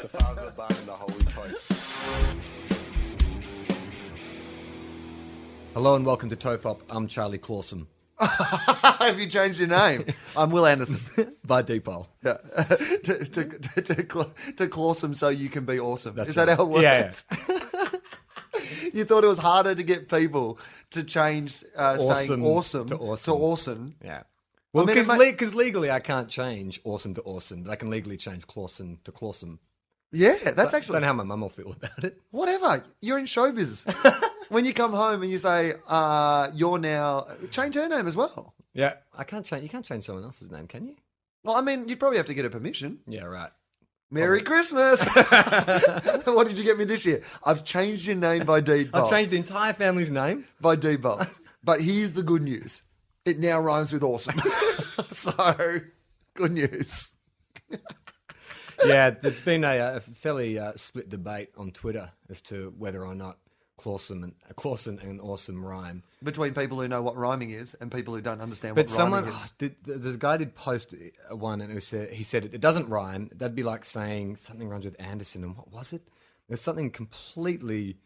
The Father, the Son, and the Holy Toast. Hello and welcome to Tofop. I'm Charlie Clausen Have you changed your name? I'm Will Anderson. by Deepal. Yeah. to, to, to, to, cla- to Clawsome so you can be awesome. That's Is that right. how it works? Yeah, you thought it was harder to get people to change uh, saying Awesome awesome to awesome. awesome. Yeah. Well, I mean, it because might- legally I can't change awesome to awesome, but I can legally change Clausen to Clausen. Yeah, that's I don't actually know how my mum will feel about it. whatever. You're in showbiz. when you come home and you say, uh, you're now, change her name as well. Yeah. I can't change. You can't change someone else's name, can you? Well, I mean, you'd probably have to get her permission. Yeah. Right. Merry Christmas! what did you get me this year? I've changed your name by deed. I've poll. changed the entire family's name. by Debo. but here's the good news. It now rhymes with awesome. so good news. Yeah. There's been a, a fairly uh, split debate on Twitter as to whether or not Clausen and Clausen and awesome rhyme. Between people who know what rhyming is and people who don't understand But what someone, rhyming is. did, th- this guy did post uh, one, and it said, he said it, it doesn't rhyme. That'd be like saying something rhymes with Anderson, and what was it? There's something completely.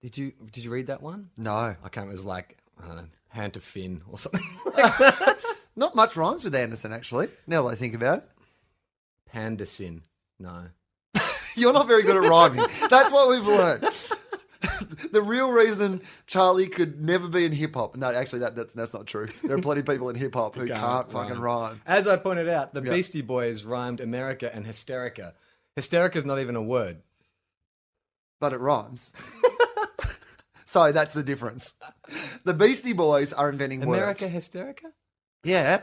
Did you did you read that one? No. I can't. It was like I don't know, hand to fin or something. Not much rhymes with Anderson, actually, now that I think about it. Panda sin. No. You're not very good at rhyming. That's what we've learned. the real reason Charlie could never be in hip hop. No, actually, that, that's, that's not true. There are plenty of people in hip hop who can't, fucking rhyme. As I pointed out, the Beastie Boys rhymed America and hysterica. Hysterica is not even a word. but it rhymes. so that's the difference. The Beastie Boys are inventing America words. hysterica. Yeah.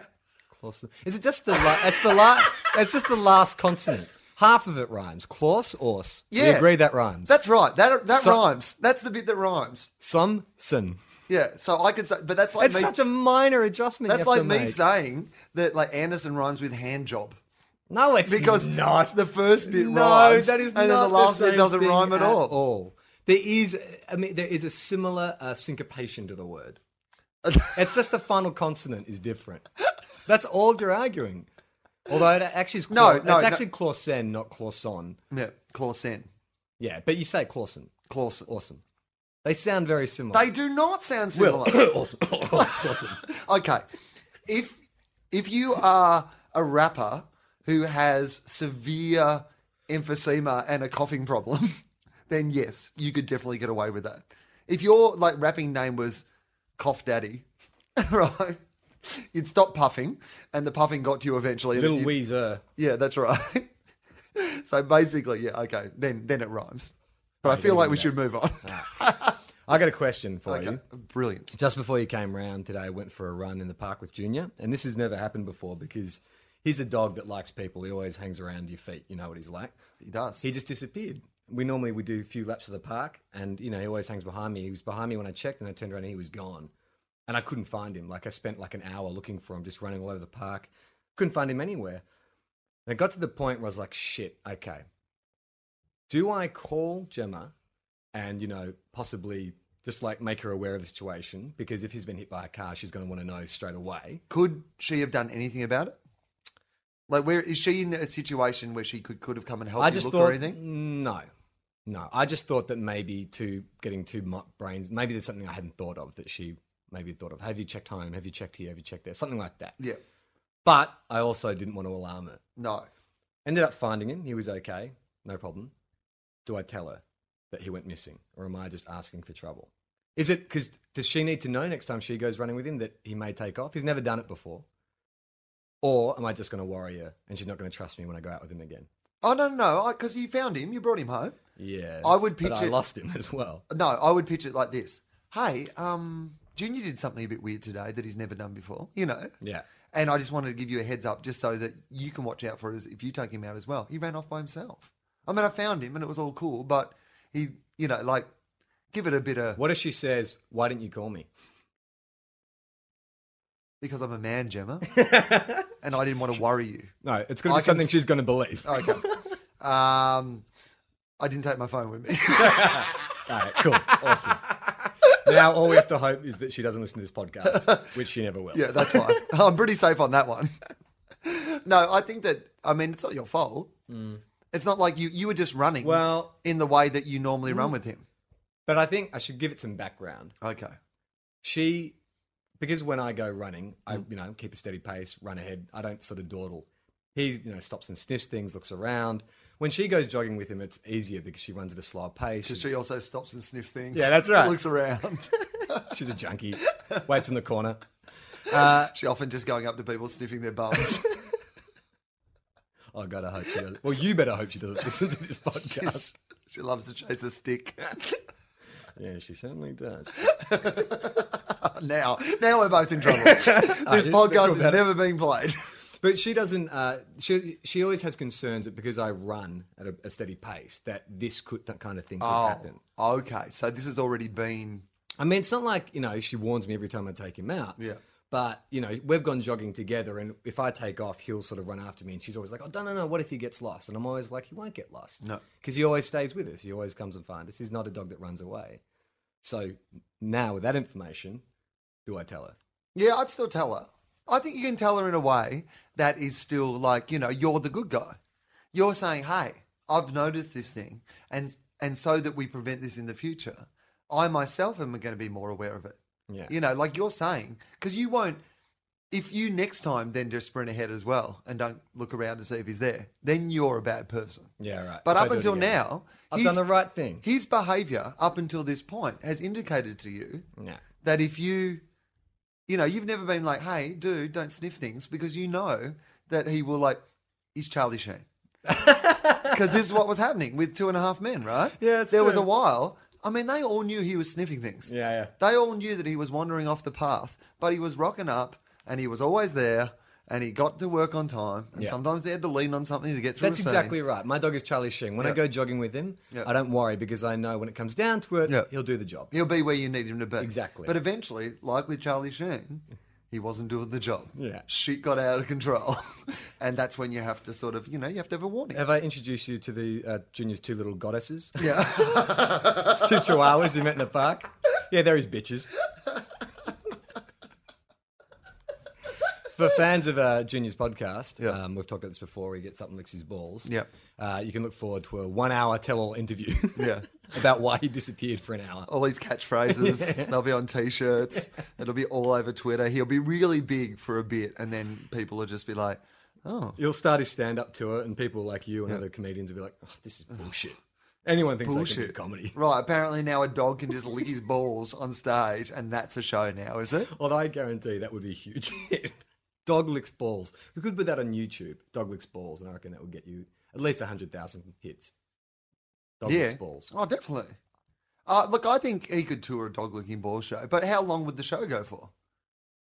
Claus. Is it just the? La- it's the last. It's just the last consonant. Half of it rhymes. Claus, ors. We Yeah. agree that rhymes. That's right. That that So- rhymes. That's the bit that rhymes. some sin. Yeah. So I could say, but that's like It's me. such a minor adjustment. that's you have like to me make. saying that like Anderson rhymes with hand job No, it's because not. the first bit no, rhymes that is and not then the last same bit doesn't thing rhyme at, all. There is, I mean, there is a similar uh, syncopation to the word. it's just the final consonant is different. That's all you're arguing. Although it actually is No, clau- no, it's no. actually clausen, not clauson. Yeah. Clausen. Yeah, but you say clausen. Clausen. Awesome. They sound very similar. They do not sound Will. similar. awesome. Clausen. Okay. If if you are a rapper who has severe emphysema and a coughing problem, then yes, you could definitely get away with that. If your like rapping name was Cough Daddy, right? You'd stop puffing and the puffing got to you eventually. and Little you'd- Weezer. Yeah, that's right. so basically, yeah, okay. Then then it rhymes. But I feel like we should move on. I got a question for Okay. you. Brilliant. Just before you came round today, I went for a run in the park with Junior, and this has never happened before because he's a dog that likes people. He always hangs around your feet. You know what he's like. He does. He just disappeared. We normally we do a few laps of the park, and you know he always hangs behind me. He was behind me when I checked, and I turned around and he was gone, and I couldn't find him. Like I spent like an hour looking for him, just running all over the park, couldn't find him anywhere. And it got to the point where I was like, shit, okay, do I call Gemma and, you know, possibly just like make her aware of the situation? Because if he's been hit by a car, she's going to want to know straight away. could she have done anything about it? Like, where is she in a situation where she could could have come and helped I you just look thought, or anything? no, no. I just thought that maybe too, getting too mu brains, maybe there's something I hadn't thought of that she maybe thought of. Have you checked home? Have you checked here? Have you checked there? Something like that. Yeah, But I also didn't want to alarm her. no. Ended up finding him. He was okay. No problem. Do I tell her that he went missing or am I just asking for trouble? Is it because does she need to know next time she goes running with him that he may take off? He's never done it before. Or am I just going to worry her and she's not going to trust me when I go out with him again? Oh no, no, because you found him, you brought him home. Yeah, I would but picture- I lost him as well. No, I would pitch it like this. Hey, um, Junior did something a bit weird today that he's never done before, you know? Yeah. And I just wanted to give you a heads up just so that you can watch out for it as if you take him out as well. He ran off by himself. I mean, I found him and it was all cool, but he, you know, like, give it a bit of, What if she says, "Why didn't you call me?" because I'm a man, Gemma, and I didn't want to worry you. No, it's going to I be can something s- she's going to believe. Okay. um, I didn't take my phone with me. All right, cool, awesome. Now all we have to hope is that she doesn't listen to this podcast, which she never will. Yeah, that's fine. I'm pretty safe on that one. no, I think that I mean it's not your fault. It's not like you you were just running Mm. Well, Mm. in the way that you normally run with him. but I think I should give it some background. Okay. She, because when I go running, I you know keep a steady pace, run ahead. I don't sort of dawdle. He you know stops and sniffs things, looks around. When she goes jogging with him, it's easier because she runs at a slower pace. Because she also stops and sniffs things. Yeah, that's right. Looks around. She's a junkie. Waits in the corner. Uh, she often just going up to people sniffing their bums. Oh God, I hope she does. Well, you better hope she doesn't listen to this podcast. she loves to chase a stick. yeah, she certainly does. now, now we're both in trouble. this podcast has about it. never been played. But she doesn't. Uh, she she always has concerns that because I run at a, a steady pace, that this could that kind of thing could happen. okay. So this has already been I mean, it's not like you know she warns me every time I take him out. Yeah. But you know we've gone jogging together, and if I take off, he'll sort of run after me, and she's always like, "Oh no, no, no! What if he gets lost?" And I'm always like, "He won't get lost." No. Because he always stays with us. He always comes and finds us. He's not a dog that runs away. So now with that information, do I tell her? Yeah, I'd still tell her. I think you can tell her in a way that is still like, you know, you're the good guy. You're saying, "Hey, I've noticed this thing and and so that we prevent this in the future, I myself am going to be more aware of it." Yeah. You know, like you're saying cuz you won't if you next time then just sprint ahead as well and don't look around to see if he's there, then you're a bad person. Yeah, right. But If I up do it until again. now, I've his- done the right thing. his behavior up until this point has indicated to you Yeah. that if you, you know, you've never been like, hey, dude, don't sniff things because you know that he will, like, he's Charlie Sheen. Because this is what was happening with Two and a Half Men, right? Yeah, it's There was a true. while, I mean, they all knew he was sniffing things. Yeah, yeah. They all knew that he was wandering off the path, but he was rocking up and he was always there and he got to work on time. And Yeah. sometimes they had to lean on something to get through That's a scene. exactly right. My dog is Charlie Sheen. When Yeah. I go jogging with him, Yeah. I don't worry because I know when it comes down to it, Yeah. he'll do the job. He'll be where you need him to be. Exactly. But eventually, like with Charlie Sheen, he wasn't doing the job. Yeah. Shit got out of control. and that's when you have to sort of, you know, you have to have a warning. Have I introduced you to the uh, Junior's two little goddesses? Yeah. It's two chihuahuas he met in the park. Yeah, they're his bitches. For fans of uh, Junior's podcast, Yeah. um, we've talked about this before. He gets up and licks his balls. Yeah. Uh, you can look forward to a one-hour tell-all interview Yeah. about why he disappeared for an hour. all these catchphrases, they'll be on t shirts, it'll be all over Twitter. He'll be really big for a bit, and then people will just be like, oh, You'll start his stand up tour, and people like you and other comedians will be like, oh, "This is bullshit." Anyone thinks bullshit. I can bullshit. do comedy. Right, apparently now a dog can just lick his balls on stage, and that's a show now, is it? Although I guarantee that would be a huge hit. Dog licks balls. We could put that on YouTube. Dog licks balls, and I reckon that would get you at least hundred thousand hits. Dog yeah. licks balls. Oh, definitely. Uh, look, I think he could tour a dog licking ball show, but how long would the show go for?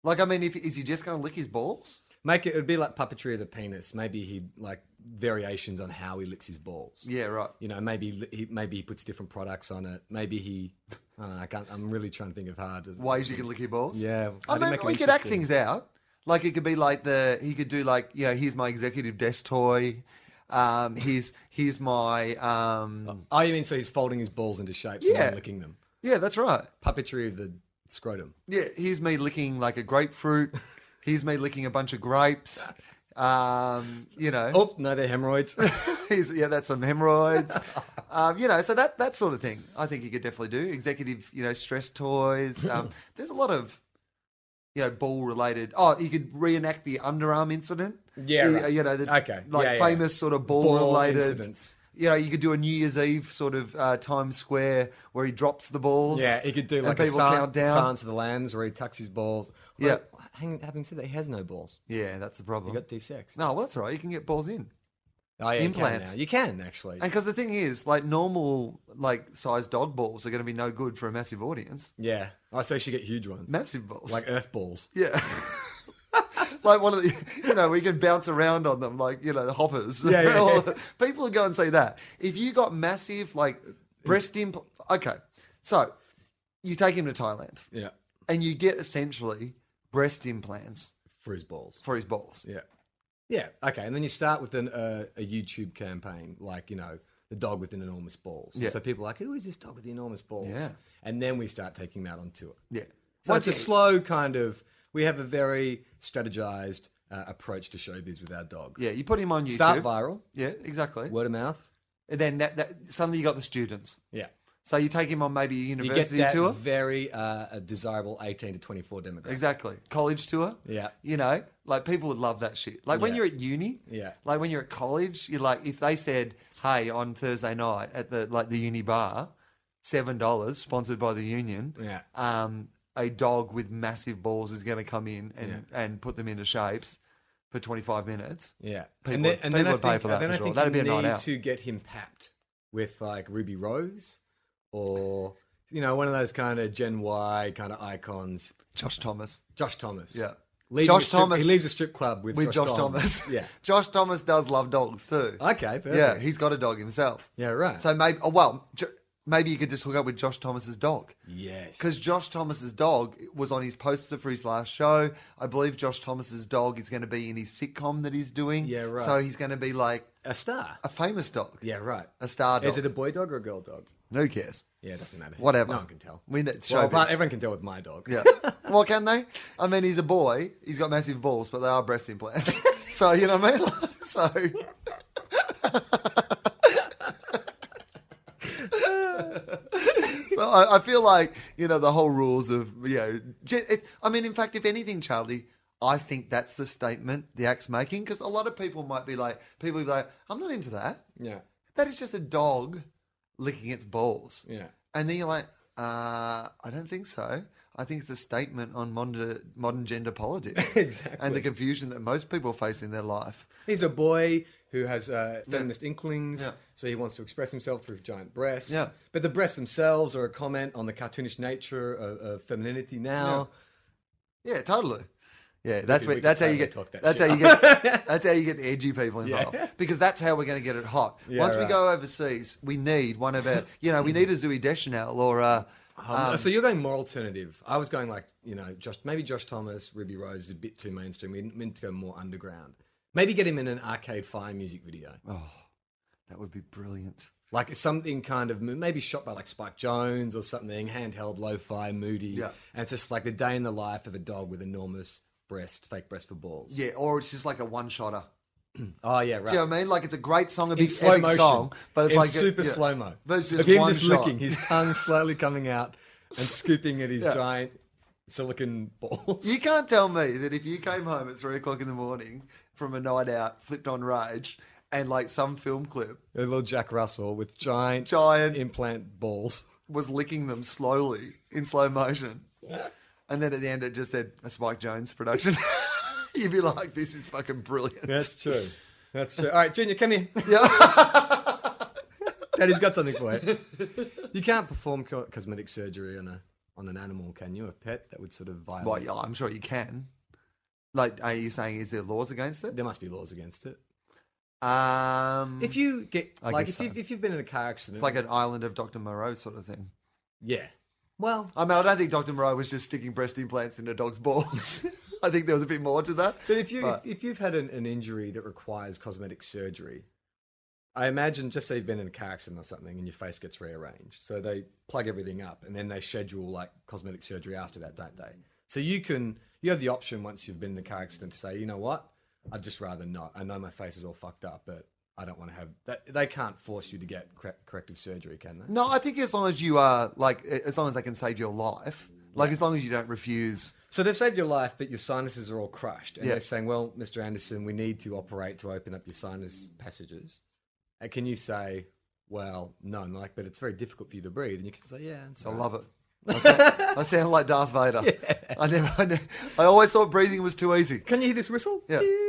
Like, I mean, if is he just going to lick his balls? Make it. It'd be like puppetry of the penis. Maybe he would like variations on how he licks his balls. Yeah, right. You know, maybe li- he maybe he puts different products on it. Maybe he. I don't know. I can't. I'm really trying to think of hard. Ways you can lick your balls. Yeah. I how do you mean, make it we could act interesting? things out. Like it could be like the he could do like you know here's my executive desk toy, um here's here's my um Oh, you mean so he's folding his balls into shapes and Yeah. then licking them? yeah that's right Puppetry of the scrotum. yeah here's me licking like a grapefruit, here's me licking a bunch of grapes, um you know Oh, no, they're hemorrhoids. He's, yeah, that's some hemorrhoids. um, you know, so that that sort of thing. I think you could definitely do executive. You know, stress toys. Um, there's a lot of you know ball related. Oh, you could reenact the underarm incident. Yeah, The- right. you know, the, Okay. like Yeah, yeah. famous sort of ball, Ball related. incidents. You know, you could do a New Year's Eve sort of uh, Times Square where he drops the balls. yeah, he could do and like a people Silence count down. Silence of the Lambs where he tucks his balls. Yeah. Hang, having said that, he has no balls. Yeah, that's the He problem. got D6. No, well, that's all right. You can get balls in. Oh, yeah, Implants. You can, now. You can actually. And because the thing is, like normal like size dog balls are going to be no good for a massive audience. yeah. Oh, I say she get huge ones, Massive balls, like Earth balls. yeah, like one of the you know we can bounce around on them like you know the hoppers. Yeah, yeah, All yeah. the- People would go and see that. If you got massive like breast implant, okay, so you take him to Thailand Yeah. and you get essentially breast implants Frizz balls. for his balls. Yeah. Yeah. Okay. And then you start with an, uh, a YouTube campaign, like, you know, the dog with an enormous balls. Yeah. So people are like, who is this dog with the enormous balls? Yeah. And then we start taking them out on tour. Yeah, So Once it's a you- slow kind of, we have a very strategized uh, approach to showbiz with our dog. Yeah, you put him on YouTube. Start viral, Yeah, exactly. word of mouth. And then that, that suddenly you got the students. Yeah. So you take him on maybe a You get university that tour. very uh, a desirable 18 to 24 demographic. Exactly. College tour. Yeah. You know, like people would love that shit. Like when Yeah. you're at uni, Yeah. Like when you're at college, you're like if they said, Hey, on Thursday night at the like the uni bar, seven dollars, sponsored by the union, Yeah. um, a dog with massive balls is gonna come in and, and put them into shapes for twenty five minutes. Yeah, People- and then, and then people I would pay think, for that then for I sure. think That'd you be a night need out. to get him papped with like Ruby Rose or you know one of those kind of Gen Y kind of icons, Josh Thomas. Josh Thomas. Yeah. leaves Josh a strip- Thomas- He leaves a strip club with, With Josh, Thomas. yeah. Josh Thomas does love dogs too. Okay. Perfect. Yeah, he's got a dog himself. Yeah, right. So maybe, oh, well, J- maybe you could just hook up with Josh Thomas's dog yes. because Josh Thomas's dog was on his poster for his last show. I believe Josh Thomas's dog is going to be in his sitcom that he's doing. Yeah, right. So he's going to be like a star. a famous dog, Yeah. Right. a star dog. Is it a boy dog or a girl dog? Who cares? Yeah, it doesn't matter. Whatever. No one can tell. We need well, showbiz. apart, everyone can tell with my dog. Yeah. well, can they? I mean, he's a boy. He's got massive balls, but they are breast implants. so you know what I mean. so so I, I feel like you know the whole rules of you know. gen- It, I mean, in fact, if anything, Charlie. I think that's the statement the act's making because a lot of people might be like, people be like, I'm not into that. Yeah. That is just a dog licking its balls. Yeah. And then you're like, uh, I don't think so. I think it's a statement on modern, modern gender politics. Exactly. And the confusion that most people face in their life. He's a boy who has uh, feminist inklings, Yeah. so he wants to express himself through giant breasts. Yeah. But the breasts themselves are a comment on the cartoonish nature of, of femininity now. Yeah, totally. Yeah, that's could- where, we could that's how totally you get talk that that's how shit you get that's how you get the edgy people involved because that's how we're going to get it hot. Yeah, Once we right. go overseas, we need one of our you know we need a Zooey Deschanel or a Um, so you're going more alternative. I was going like you know, Josh, maybe Josh Thomas, Ruby Rose is a bit too mainstream. We meant to go more underground. Maybe get him in an Arcade Fire music video, that would be brilliant. like something kind of maybe shot by like Spike Jones or something, handheld, lo-fi, moody. Yeah. And it's just like the day in the life of a dog with enormous breast, fake breast for balls. Yeah, or it's just like a one shotter. Oh yeah, right. Do you know what I mean? Like it's a great song, a in big slow epic motion, song, but it's in like a- super yeah. slow mo. But it's just him one just shot. licking his tongue slowly coming out and scooping at his Yeah. giant silicon balls. You can't tell me that if you came home at three o'clock in the morning from a night out, flipped on Rage, and like some film clip a little Jack Russell with giant, Giant. implant balls. was licking them slowly in slow motion, and then at the end it just said a Spike Jones production, you'd be like, "This is fucking brilliant." That's true. That's true. All right, Junior, come here. Yeah. Daddy's got something for you. You can't perform co- cosmetic surgery on a on an animal, can you? A pet that would sort of violate. Well, yeah, I'm sure you can. Like, are you saying is there laws against it? There must be laws against it. Um, If you get I like guess if, you've, so. if you've been in a car accident, it's like an island of Dr. Moreau sort of thing. yeah. Well, I mean, I don't think Dr. Moreau was just sticking breast implants into dog's balls. I think there was a bit more to that. But if you But- if, if you've had an, an injury that requires cosmetic surgery, I imagine just say you've been in a car accident or something and your face gets rearranged. So they plug everything up and then they schedule like cosmetic surgery after that, don't they? So you can you have the option once you've been in the car accident to say, you know what, I'd just rather not. I know my face is all fucked up, but I don't want to have that. They can't force you to get correct, corrective surgery, can they? No, I think as long as you are like, as long as they can save your life, like as long as you don't refuse, So they've saved your life, but your sinuses are all crushed. And Yeah. they're saying, well, Mr. Anderson, we need to operate to open up your sinus passages. And can you say, well, no, and like, but it's very difficult for you to breathe. And you can say, yeah, it's I all right." love it. I sound, I sound like Darth Vader. I never, I never, I always thought breathing was too easy. Can you hear this whistle? Yeah. Doo.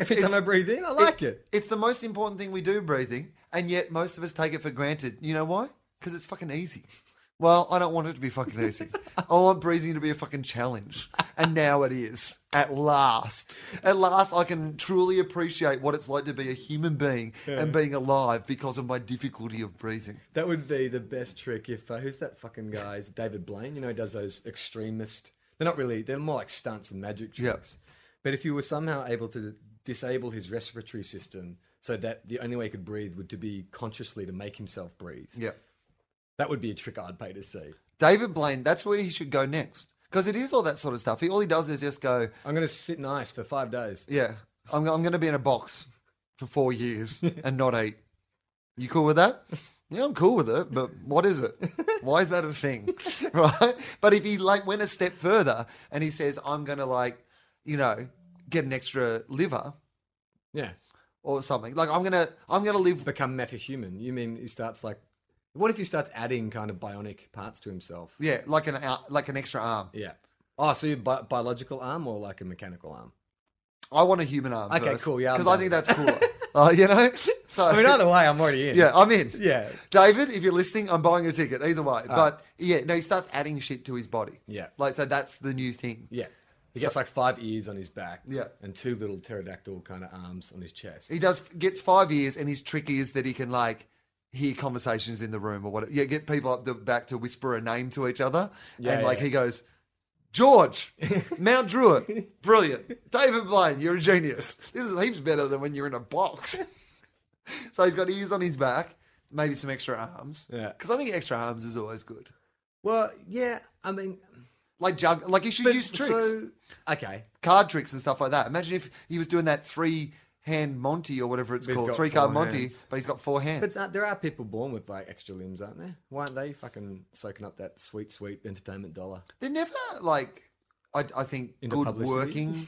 Every time I breathe in, I like it. It's the most important thing we do, breathing, and yet most of us take it for granted. You know why? Because it's fucking easy. Well, I don't want it to be fucking easy. I want breathing to be a fucking challenge. And now it is. At last. At last, I can truly appreciate what it's like to be a human being and being alive because of my difficulty of breathing. That would be the best trick if uh, who's that fucking guy? Is it David Blaine? You know, he does those extremist. They're not really. They're more like stunts and magic Yeah. tricks. But if you were somehow able to disable his respiratory system so that the only way he could breathe would to be consciously to make himself breathe, Yeah. that would be a trick I'd pay to see. David Blaine, that's where he should go next. Because it is all that sort of stuff. He, all he does is just go, I'm going to sit in ice for five days. Yeah, I'm, I'm going to be in a box for four years and not eat. You cool with that? Yeah, I'm cool with it, but what is it? Why is that a thing, right? But if he like went a step further and he says, "I'm going to like, you know, get an extra liver Yeah, or something," like I'm gonna, I'm gonna live. become metahuman. You mean he starts like? What if he starts adding kind of bionic parts to himself? Yeah, like an ar- like an extra arm. Yeah. Oh, so you bi- biological arm or like a mechanical arm? I want a human arm. Okay, cool, yeah, I'm because I down think with that's cooler. uh, you know, so I mean, either way, I'm already in. yeah, I'm in. Yeah. David, if you're listening, I'm buying a ticket either way. but yeah, no, he starts adding shit to his body. Ah. Yeah. Like, so that's the new thing. Yeah. He gets like five ears on his back. Yeah. And two little pterodactyl kind of arms on his chest. He does, gets five years, and his trick is that he can, like, hear conversations in the room or whatever. Yeah, get people up the back to whisper a name to each other. Yeah, and, like, yeah. he goes, George, Mount Druitt, brilliant. David Blaine, you're a genius. This is heaps better than when you're in a box. so he's got ears on his back, maybe some extra arms. Yeah. Because I think extra arms is always good. Well, yeah. I mean, Like jug, like you should use tricks. so- okay. card tricks and stuff like that. Imagine if he was doing that three hand Monty or whatever it's But he's called, got three card four Monty, hands. but he's got four hands. But uh, there are people born with like extra limbs, aren't there? Why aren't they fucking soaking up that sweet, sweet entertainment dollar? They're never like, I, I think, Into good publicity? working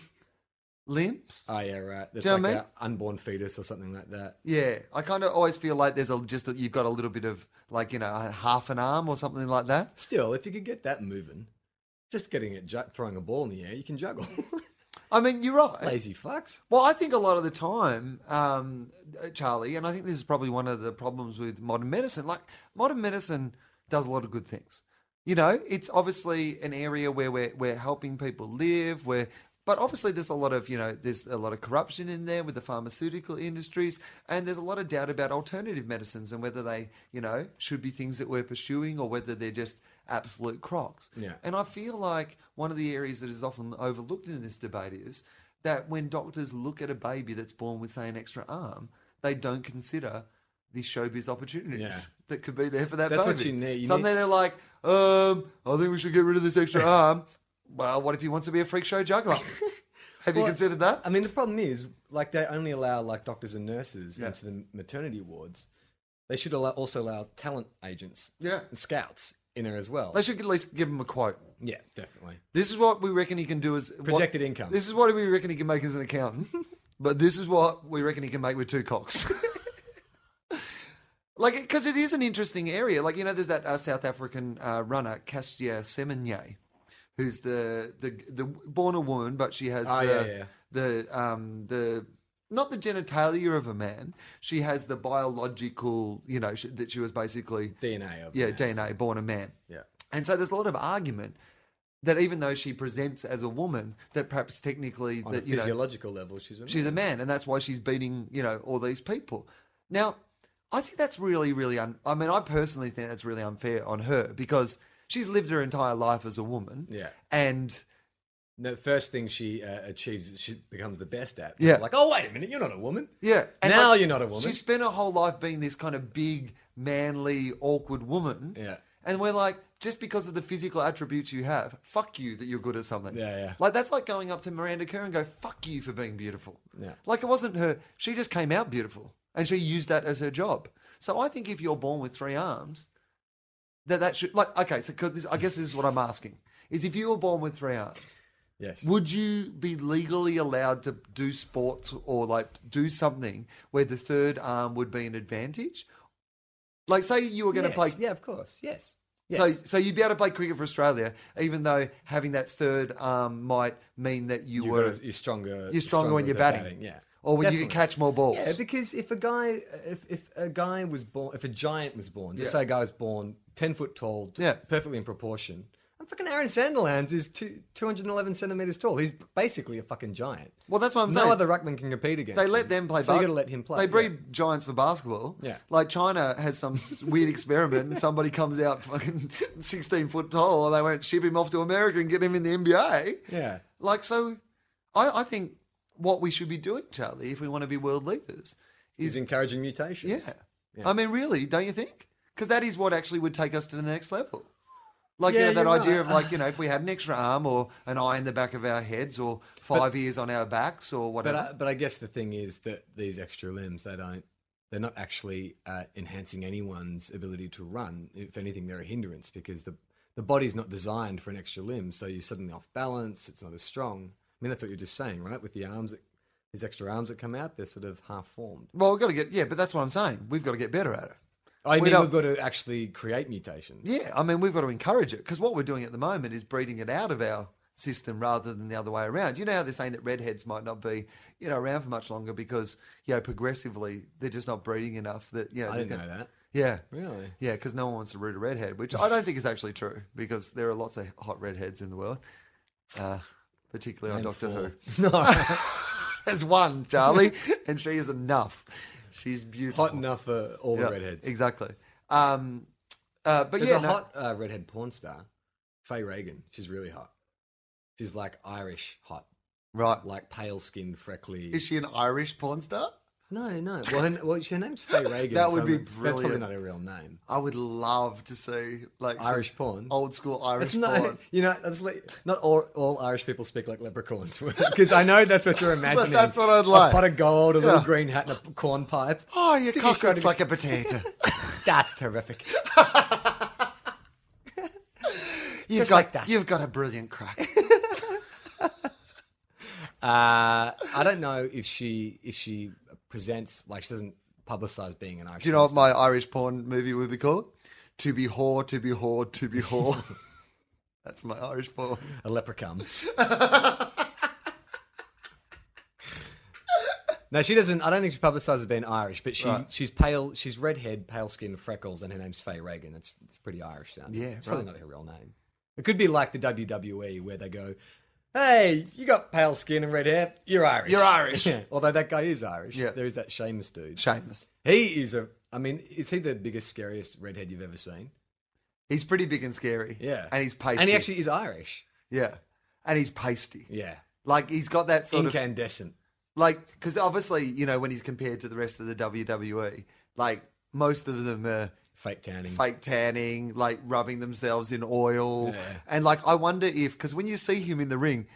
limbs. Oh, yeah, right. That's Do you know like what a I unborn fetus or something like that. Yeah, I kind of always feel like there's a just that you've got a little bit of like you know a half an arm or something like that. Still, if you could get that moving, just getting it, ju- throwing a ball in the air, you can juggle. I mean, you're right. Lazy fucks. Well, I think a lot of the time, um, uh, Charlie, and I think this is probably one of the problems with modern medicine. Like modern medicine does a lot of good things. You know, it's obviously an area where we're we're helping people live. Where, but obviously there's a lot of you know there's a lot of corruption in there with the pharmaceutical industries, and there's a lot of doubt about alternative medicines and whether they you know should be things that we're pursuing or whether they're just absolute crocs. Yeah. And I feel like one of the areas that is often overlooked in this debate is that when doctors look at a baby that's born with, say, an extra arm, they don't consider the showbiz opportunities Yeah. that could be there for that That's baby. what you need. You Suddenly need- they're like, um, I think we should get rid of this extra arm. Well, what if he wants to be a freak show juggler? Have you Well, um, considered that? I mean, the problem is, like, they only allow like doctors and nurses Yeah. into the maternity wards. They should allow, also allow talent agents, Yeah. and scouts in there as well. They should at least give him a quote. yeah, definitely. This is what we reckon he can do as what- Projected income. This is what we reckon he can make as an accountant. but this is what we reckon he can make with two cocks. like, because it is an interesting area. Like, you know, there's that uh, South African uh, runner, Castia Semenye, who's the, the the born a woman, but she has Oh, the yeah, yeah. the um the not the genitalia of a man. She has the biological, you know, sh that she was basically DNA of yeah, that. DNA, born a man. Yeah. And so there's a lot of argument that even though she presents as a woman, that perhaps technically On that a you know physiological level, she's a she's a man, and that's why she's beating you know all these people. Now, I think that's really, really. Un- I mean, I personally think that's really unfair on her because she's lived her entire life as a woman. Yeah. and No, the first thing she uh, achieves, is she becomes the best at. Yeah. Like, oh wait a minute, you're not a woman. yeah, and Now you're not a woman. She spent her whole life being this kind of big, manly, awkward woman. Yeah. And we're like, just because of the physical attributes you have, fuck you that you're good at something. Yeah, yeah. Like that's like going up to Miranda Kerr and go, fuck you for being beautiful. Yeah. Like it wasn't her. She just came out beautiful, and she used that as her job. So I think if you're born with three arms, that that should like okay. So 'cause this, I guess this is what I'm asking: is if you were born with three arms, Yes. would you be legally allowed to do sports or like do something where the third arm would be an advantage? Like, say you were going to Yes. play Yeah, of course. Yes. Yes. so, so you'd be able to play cricket for Australia, even though having that third arm might mean that you you were are stronger. you're stronger when with you're her batting. Yeah. or when you could Definitely. catch more balls. Yeah, because if a guy, if, if a guy was born, if a giant was born, just Yeah. say a guy was born ten foot tall, Yeah. perfectly in proportion. And fucking Aaron Sanderlands is two two hundred and eleven centimeters tall. He's basically a fucking giant. Well, that's what I'm no saying. other ruckman can compete against. they him. let them play. So you bas- got to let him play. They yeah. breed giants for basketball. Yeah. like China has some s- weird experiment, and somebody comes out fucking sixteen foot tall, and they won't ship him off to America and get him in the NBA. Yeah. Like so, I, I think what we should be doing, Charlie, if we want to be world leaders, He's is encouraging mutations. yeah. I mean, really, don't you think? Because that is what actually would take us to the next level. Like Yeah, you know that you're idea right. of like you know if we had an extra arm or an eye in the back of our heads or five ears on our backs or But whatever. I, but I guess the thing is that these extra limbs they don't they're not actually uh, enhancing anyone's ability to run. If anything, they're a hindrance because the the body's not designed for an extra limb, so you're suddenly off balance. It's not as strong. I mean, that's what you're just saying, right? With the arms, that, these extra arms that come out, they're sort of half formed. well, we've got to get yeah, but that's what I'm saying. We've got to get better at it. I We mean, don't- we've got to actually create mutations. Yeah, I mean, we've got to encourage it because what we're doing at the moment is breeding it out of our system rather than the other way around. You know how they're saying that redheads might not be, you know, around for much longer because you know progressively they're just not breeding enough that you know. I they're didn't gonna- know that. Yeah, Really? yeah, because no one wants to root a redhead, which I don't think is actually true because there are lots of hot redheads in the world, uh, particularly on Doctor Who. No, There's one, Charlie, and she is enough. She's beautiful. hot enough for all Yeah, the redheads. Exactly. Um, uh, but There's yeah, a no- hot uh, redhead porn star, Faye Reagan. She's really hot. She's like Irish hot. right. like pale skinned, freckly. Is she an Irish porn star? no, no. Well, her, well, her name's Faye Reagan. That would so be That's probably brilliant. not her real name. I would love to see like some Irish porn. old school Irish That's not, porn. you know, that's like, not all, all Irish people speak like leprechauns, because I know that's what you're imagining. that's what I'd like. A pot of gold, a little Yeah. green hat, and a corn pipe. Oh, your Did you cock try to looks get- like a potato. That's terrific. You've Just got like that. you've got a brilliant crack. Uh, I don't know if she if she presents like she doesn't publicize being an Irish. Do you know porn what my Irish porn movie would be called? To be whore, to be whore, to be whore. That's my Irish porn. star. a leprechaun. no, she doesn't. I don't think she publicises being Irish, but she she's pale. She's redhead, pale skin, freckles, and her name's Faye Reagan. That's it's pretty Irish sounding. Yeah, it's probably right. not her real name. It could be like the WWE where they go, "Hey, you got pale skin and red hair. You're Irish. You're Irish. Yeah, Although that guy is Irish. Yeah. There is that Seamus dude. Shameless. He is a. I mean, is he the biggest, scariest redhead you've ever seen? He's pretty big and scary. Yeah, And he's pasty. And he actually is Irish. Yeah. And he's pasty. Yeah, Like he's got that sort of incandescent. like because obviously you know when he's compared to the rest of the WWE, like most of them are Fake tanning. fake tanning, like rubbing themselves in oil, and like I wonder if because when you see him in the ring,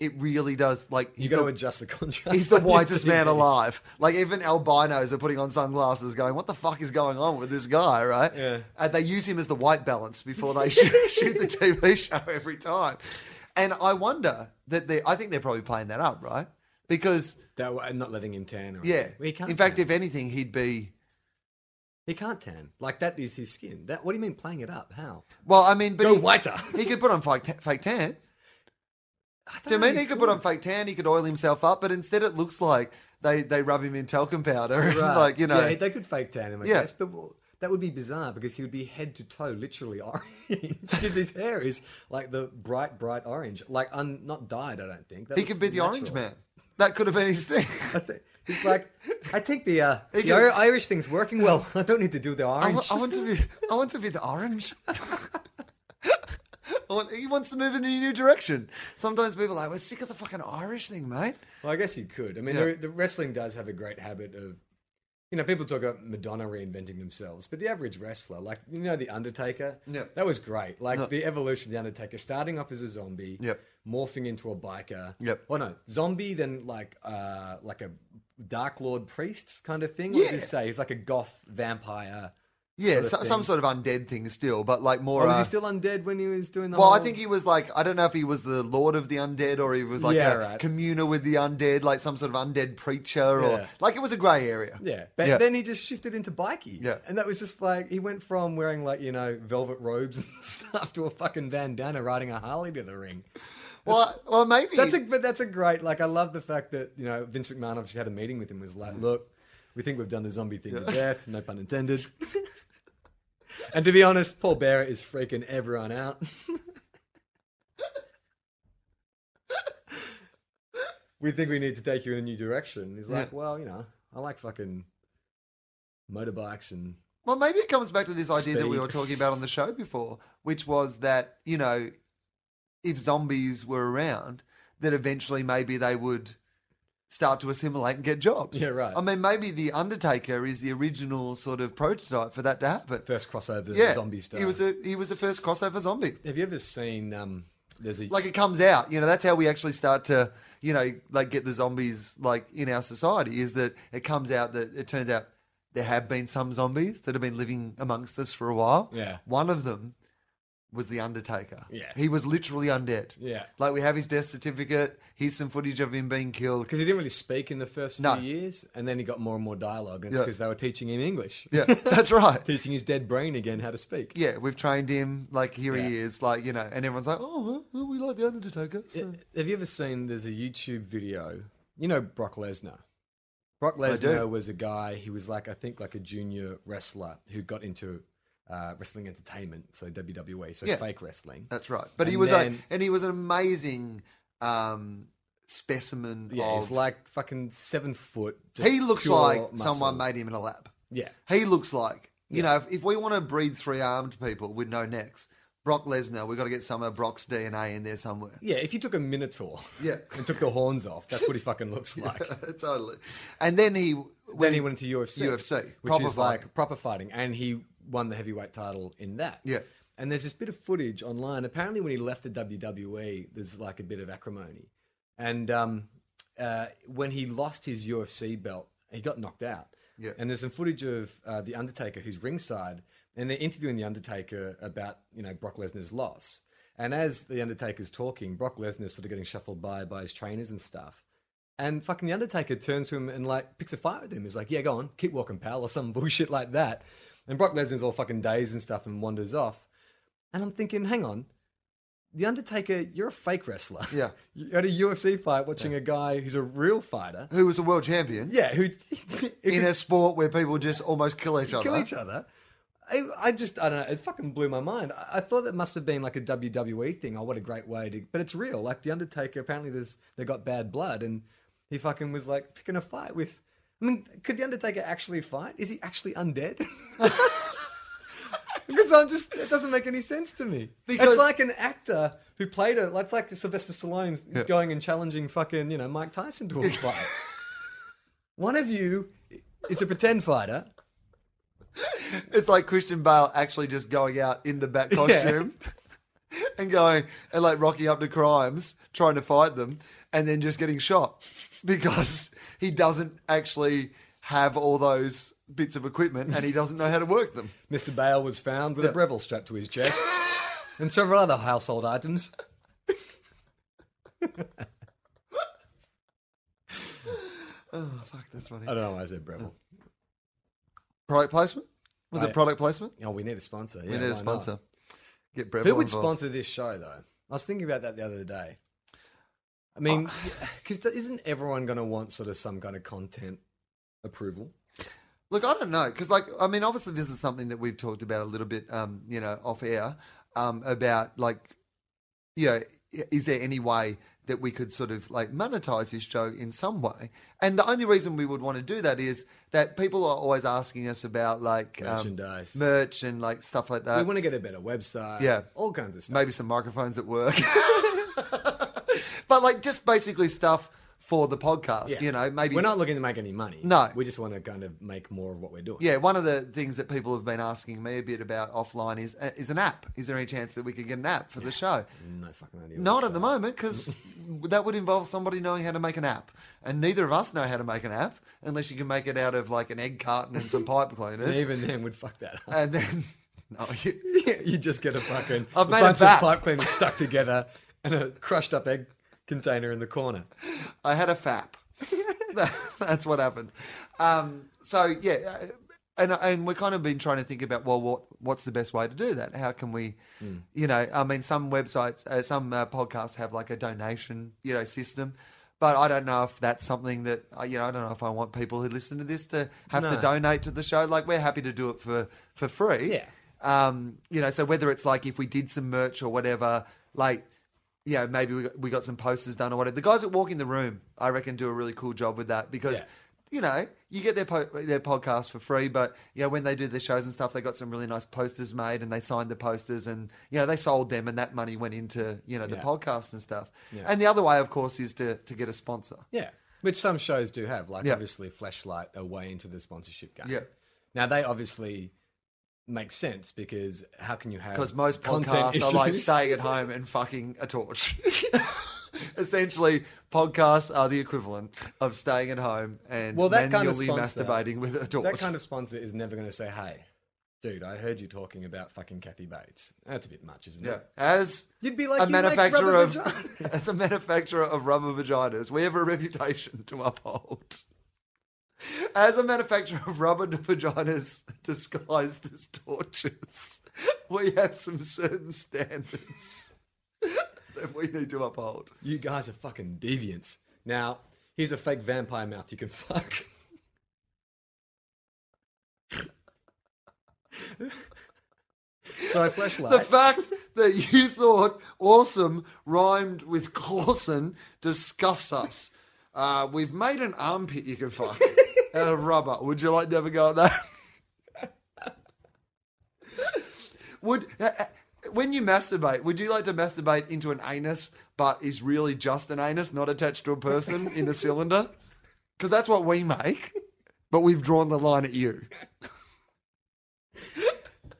it really does like you he's got to the, adjust the contrast. he's the on your whitest man TV. alive. Like even albinos are putting on sunglasses, going, "What the fuck is going on with this guy?" Right? Yeah. And they use him as the white balance before they shoot, shoot the TV show every time. And I wonder that they, I think they're probably playing that up, right? Because That way, not letting him tan. Or yeah, he can't. in fact, tan. if anything, he'd be he can't tan, like that is his skin. That. What do you mean playing it up? How? well. I mean, but Go he- whiter. he could put on fake, ta- fake tan. I don't Do you know, mean he could put on fake tan? He could oil himself up, but instead it looks like they, they rub him in talcum powder, and Right. like you know, yeah, they could fake tan him. I Yeah. guess, but well, that would be bizarre because he would be head to toe literally orange because his hair is like the bright, bright orange, like un, not dyed. I don't think That he looks could be the orange natural. man. That could have been his thing. I think he's like, I think the uh, the He Ir- could- Irish thing's working well. I don't need to do the I, wa- orange. I want to be I want to be the orange. I want- he wants to move in a new direction. Sometimes people are like, we're sick of the fucking Irish thing, mate. Well, I guess you could. I mean, Yeah. there, the wrestling does have a great habit of, you know, people talk about Madonna reinventing themselves, but the average wrestler, like you know, the Undertaker, Yeah. that was great. Like Yeah. the evolution of the Undertaker, starting off as a zombie, Yep. morphing into a biker, Yep. Oh no, zombie, then like uh, like a Dark Lord priest kind of thing. What did he Yeah. say? He's like a goth vampire. Yeah, Sort of so, some thing. sort of undead thing still, but like more. Or was uh, he still undead when he was doing the? Well, I whole- think he was like I don't know if he was the Lord of the Undead or he was like Yeah, a right. communer with the undead, like some sort of undead preacher, Yeah. or like it was a grey area. Yeah. But Yeah. then he just shifted into bikie. Yeah. And that was just like he went from wearing like, you know, velvet robes and stuff to a fucking bandana riding a Harley to the ring. Well, well, maybe That's a but that's a great like I love the fact that you know Vince McMahon obviously had a meeting with him was like, look, we think we've done the zombie thing to death, no pun intended. and to be honest, Paul Bearer is freaking everyone out. we think we need to take you in a new direction. He's like, Yeah. well, you know, I like fucking motorbikes and Well, maybe it comes back to this idea that we Speed. were talking about on the show before, which was that, you know, if zombies were around, that eventually maybe they would start to assimilate and get jobs. Yeah, right. I mean, maybe The Undertaker is the original sort of prototype for that to happen. first crossover yeah. zombie stuff. He was, a, he was the first crossover zombie. Have you ever seen um there's a Like it comes out, you know, that's how we actually start to, you know, like get the zombies like in our society is that it comes out that it turns out there have been some zombies that have been living amongst us for a while. Yeah. One of them was the Undertaker. Yeah. He was literally undead. Yeah. Like we have his death certificate. Here's some footage of him being killed. because he didn't really speak in the first No. few years, and then he got more and more dialogue, and it's Yeah. because they were teaching him English, Yeah, that's right. teaching his dead brain again how to speak. Yeah, we've trained him. Like here he Yeah. is. Like you know, and everyone's like, oh, well, well, we like the Undertaker. So. Uh, Have you ever seen? There's a YouTube video. You know Brock Lesnar. Brock do. Lesnar was a guy. He was like I think like a junior wrestler who got into uh, wrestling entertainment, so WWE, so Yeah. fake wrestling. That's right. But he And was a, then- and he was an amazing um, specimen Yeah, of. he's like fucking seven foot. just he looks pure like muscle. someone made him in a lab. Yeah, He looks like you know if, if we want to breed three armed people with no necks, Brock Lesnar. We've got to get some of Brock's DNA in there somewhere. yeah. If you took a minotaur, Yeah. and took the horns off, that's what he fucking looks like. totally. And then he when he went into UFC, UFC, which proper is fighting. like proper fighting, and he won the heavyweight title in that. Yeah. And there's this bit of footage online. Apparently, when he left the WWE, there's like a bit of acrimony, and um, uh, when he lost his UFC belt, he got knocked out. Yeah. And there's some footage of uh, the Undertaker who's ringside, and they're interviewing the Undertaker about you know Brock Lesnar's loss. And as the Undertaker's talking, Brock Lesnar's sort of getting shuffled by by his trainers and stuff. And fucking the Undertaker turns to him and like picks a fight with him. He's like, "Yeah, go on, keep walking, pal," or some bullshit like that. And Brock Lesnar's all fucking dazed and stuff and wanders off. And I'm thinking, hang on, the Undertaker, you're a fake wrestler. Yeah. you're at a UFC fight watching a guy who's a real fighter. who was a world champion Yeah, who in a sport where people just almost kill each other. kill each other. I, I just I don't know. It fucking blew my mind. I, I thought it must have been like a WWE thing. Oh, what a great way to! But it's real. Like the Undertaker. Apparently, there's they got bad blood, and he fucking was like picking a fight with. I mean, could the Undertaker actually fight? Is he actually undead? because I'm just it doesn't make any sense to me. Because- it's like an actor who played it. That's like Sylvester Stallone's going and challenging fucking you know Mike Tyson to a fight. One of you is a pretend fighter. It's like Christian Bale actually just going out in the back costume and going and like rocking up to crimes, trying to fight them, and then just getting shot because he doesn't actually have all those bits of equipment and he doesn't know how to work them. Mr. Bale was found with a Breville strapped to his chest and several other household items. Oh, fuck, that's funny. I don't know why I said Breville. Product placement? Was I- it product placement? Oh, we need a sponsor. we Yeah, need why a not? sponsor. Get Breville Who would involved. sponsor this show, though? I was thinking about that the other day. I mean, Oh. because isn't everyone going to want sort of some kind of content approval? Look, I don't know because, like, I mean, obviously, this is something that we've talked about a little bit, um, you know, off air um, about like, you know, i- is there any way that we could sort of like monetize this show in some way? And the only reason we would want to do that is that people are always asking us about like um, Merchandise. merch, and like stuff like we that. want to get a better website. Uh, yeah. All kinds of stuff. Maybe some microphones at work, but like just basically stuff for the podcast. Yeah. You know, maybe We're not looking to make any money. No. We just want to kind of make more of what we're doing. Yeah, one of the things that people have been asking me a bit about offline is uh, is an app. Is there any chance that we could get an app for the show? No fucking idea. Not at the moment because that would involve somebody knowing how to make an app, and neither of us know how to make an app unless you can make it out of like an egg carton and some pipe And cleaners, even then, we'd fuck that up. and then no, you, you just get a fucking I've a made a bunch bat. of pipe cleaners stuck together and a crushed up egg container in the corner. I had a fap. That- That's what happened. Um, so yeah, uh, and and we're kind of been trying to think about well, what what's the best way to do that? How can we, Hmm. you know, I mean, some websites, uh, some uh, podcasts have like a donation, you know, system. But I don't know if that's something that uh, you know. I don't know if I want people who listen to this to have to No. donate to the show. Like we're happy to do it for for free. Yeah. Um, you know, so whether it's like if we did some merch or whatever, like you know, maybe we got, we got some posters done or whatever. The guys that walk in the room, I reckon, do a really cool job with that because Yeah. you know, you get their po- their podcast for free, but you know, when they do their shows and stuff, they got some really nice posters made and they signed the posters and you know, they sold them and that money went into, you know, the Yeah. podcast and stuff. And the other way, of course, is to to get a sponsor. Yeah, which some shows do have. Like Yeah. obviously, Flashlight are way into the sponsorship game. Yeah. Now they obviously make sense because how can you have Because most content podcasts are like issues? staying at home and fucking a torch. Essentially, podcasts are the equivalent of staying at home and Well, that kind of manually sponsor- masturbating with a torch. that kind of sponsor is never going to say, "Hey, dude, I heard you talking about fucking Kathy Bates." That's a bit much, isn't yeah. it? As You'd be like, a "You make manufacturer rubber of vagina." as a manufacturer of rubber vaginas, we have a reputation to uphold. As a manufacturer of rubber vaginas disguised as torches, we have some certain standards that we need to uphold. You guys are fucking deviants. Now, here's a fake vampire mouth you can fuck. so flashlight. The fact that you thought awesome rhymed with Clawson disgusts us. Uh, we've made an armpit you can fuck out of rubber. Would you like to have a go at that? would uh, uh, when you masturbate, would you like to masturbate into an anus, but is really just an anus, not attached to a person in a cylinder? Because that's what we make, but we've drawn the line at you.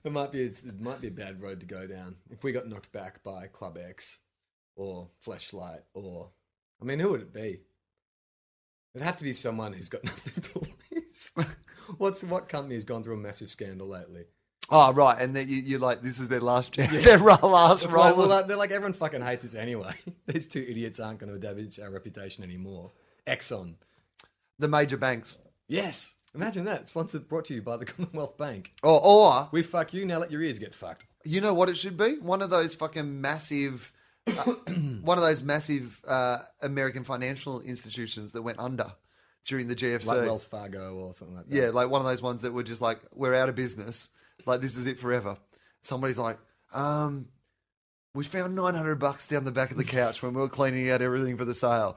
It might be it's, it might be a bad road to go down if we got knocked back by Club X or Fleshlight or I mean, who would it be? It'd have to be someone who's got nothing to lose. What's what company has gone through a massive scandal lately? Oh right, and then you, you're like, this is their last chance, their ra- last It's rival. like, well, like- they're like everyone fucking hates us anyway. These two idiots aren't going to damage our reputation anymore. Exxon, the major banks, yes, imagine that. Sponsored, brought to you by the Commonwealth Bank. or or We fuck you now. Let your ears get fucked. you know what it should be? One of those fucking massive, uh, one of those massive uh, American financial institutions that went under during the GFC. Like Wells Fargo or something like that. yeah, like one of those ones that were just like, we're out of business. Like this is it forever. Somebody's like, um, we found nine hundred bucks down the back of the couch when we were cleaning out everything for the sale.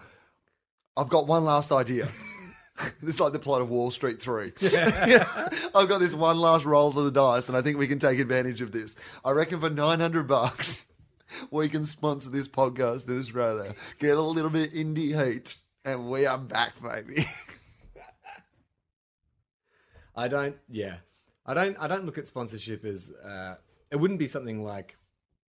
I've got one last idea. this is like the plot of Wall Street Three. I've got this one last roll of the dice, and I think we can take advantage of this. I reckon for nine hundred bucks, we can sponsor this podcast in Australia, get a little bit of indie heat, and we are back, baby. I don't. Yeah, I don't. I don't look at sponsorship as. Uh, it wouldn't be something like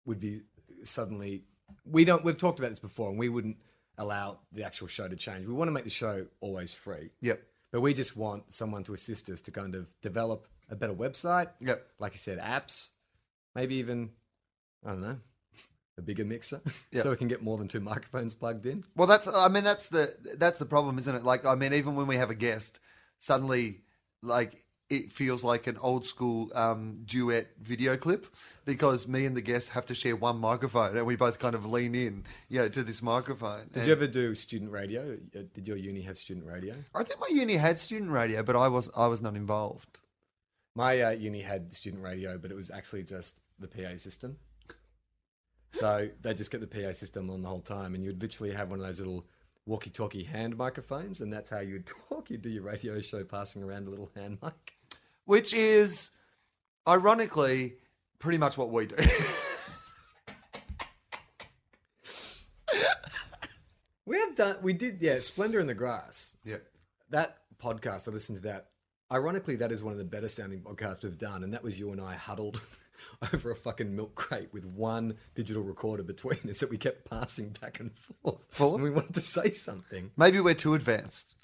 would be suddenly. We don't. We've talked about this before, and we wouldn't allow the actual show to change. We want to make the show always free. yep. But we just want someone to assist us to kind of develop a better website. Yep. Like you said, apps, maybe even I don't know, a bigger mixer, Yep. so we can get more than two microphones plugged in. Well, that's I mean that's the that's the problem, isn't it? Like I mean, even when we have a guest, suddenly like it feels like an old school um, duet video clip because me and the guest have to share one microphone and we both kind of lean in, you know, to this microphone. Did And you ever do student radio? Uh, Did your uni have student radio? I think my uni had student radio, but I was I was not involved. My uh, uni had student radio, but it was actually just the PA system. So they just get the PA system on the whole time, and you'd literally have one of those little walkie-talkie hand microphones, and that's how you'd talk. You'd do your radio show passing around a little hand mic. which is ironically pretty much what we do. We have done, we did, yeah, Splendor in the Grass. yeah. That podcast, I listened to that. Ironically, that is one of the better sounding podcasts we've done, and that was you and I huddled over a fucking milk crate with one digital recorder between us that we kept passing back and forth. Full? And we wanted to say something. Maybe we're too advanced.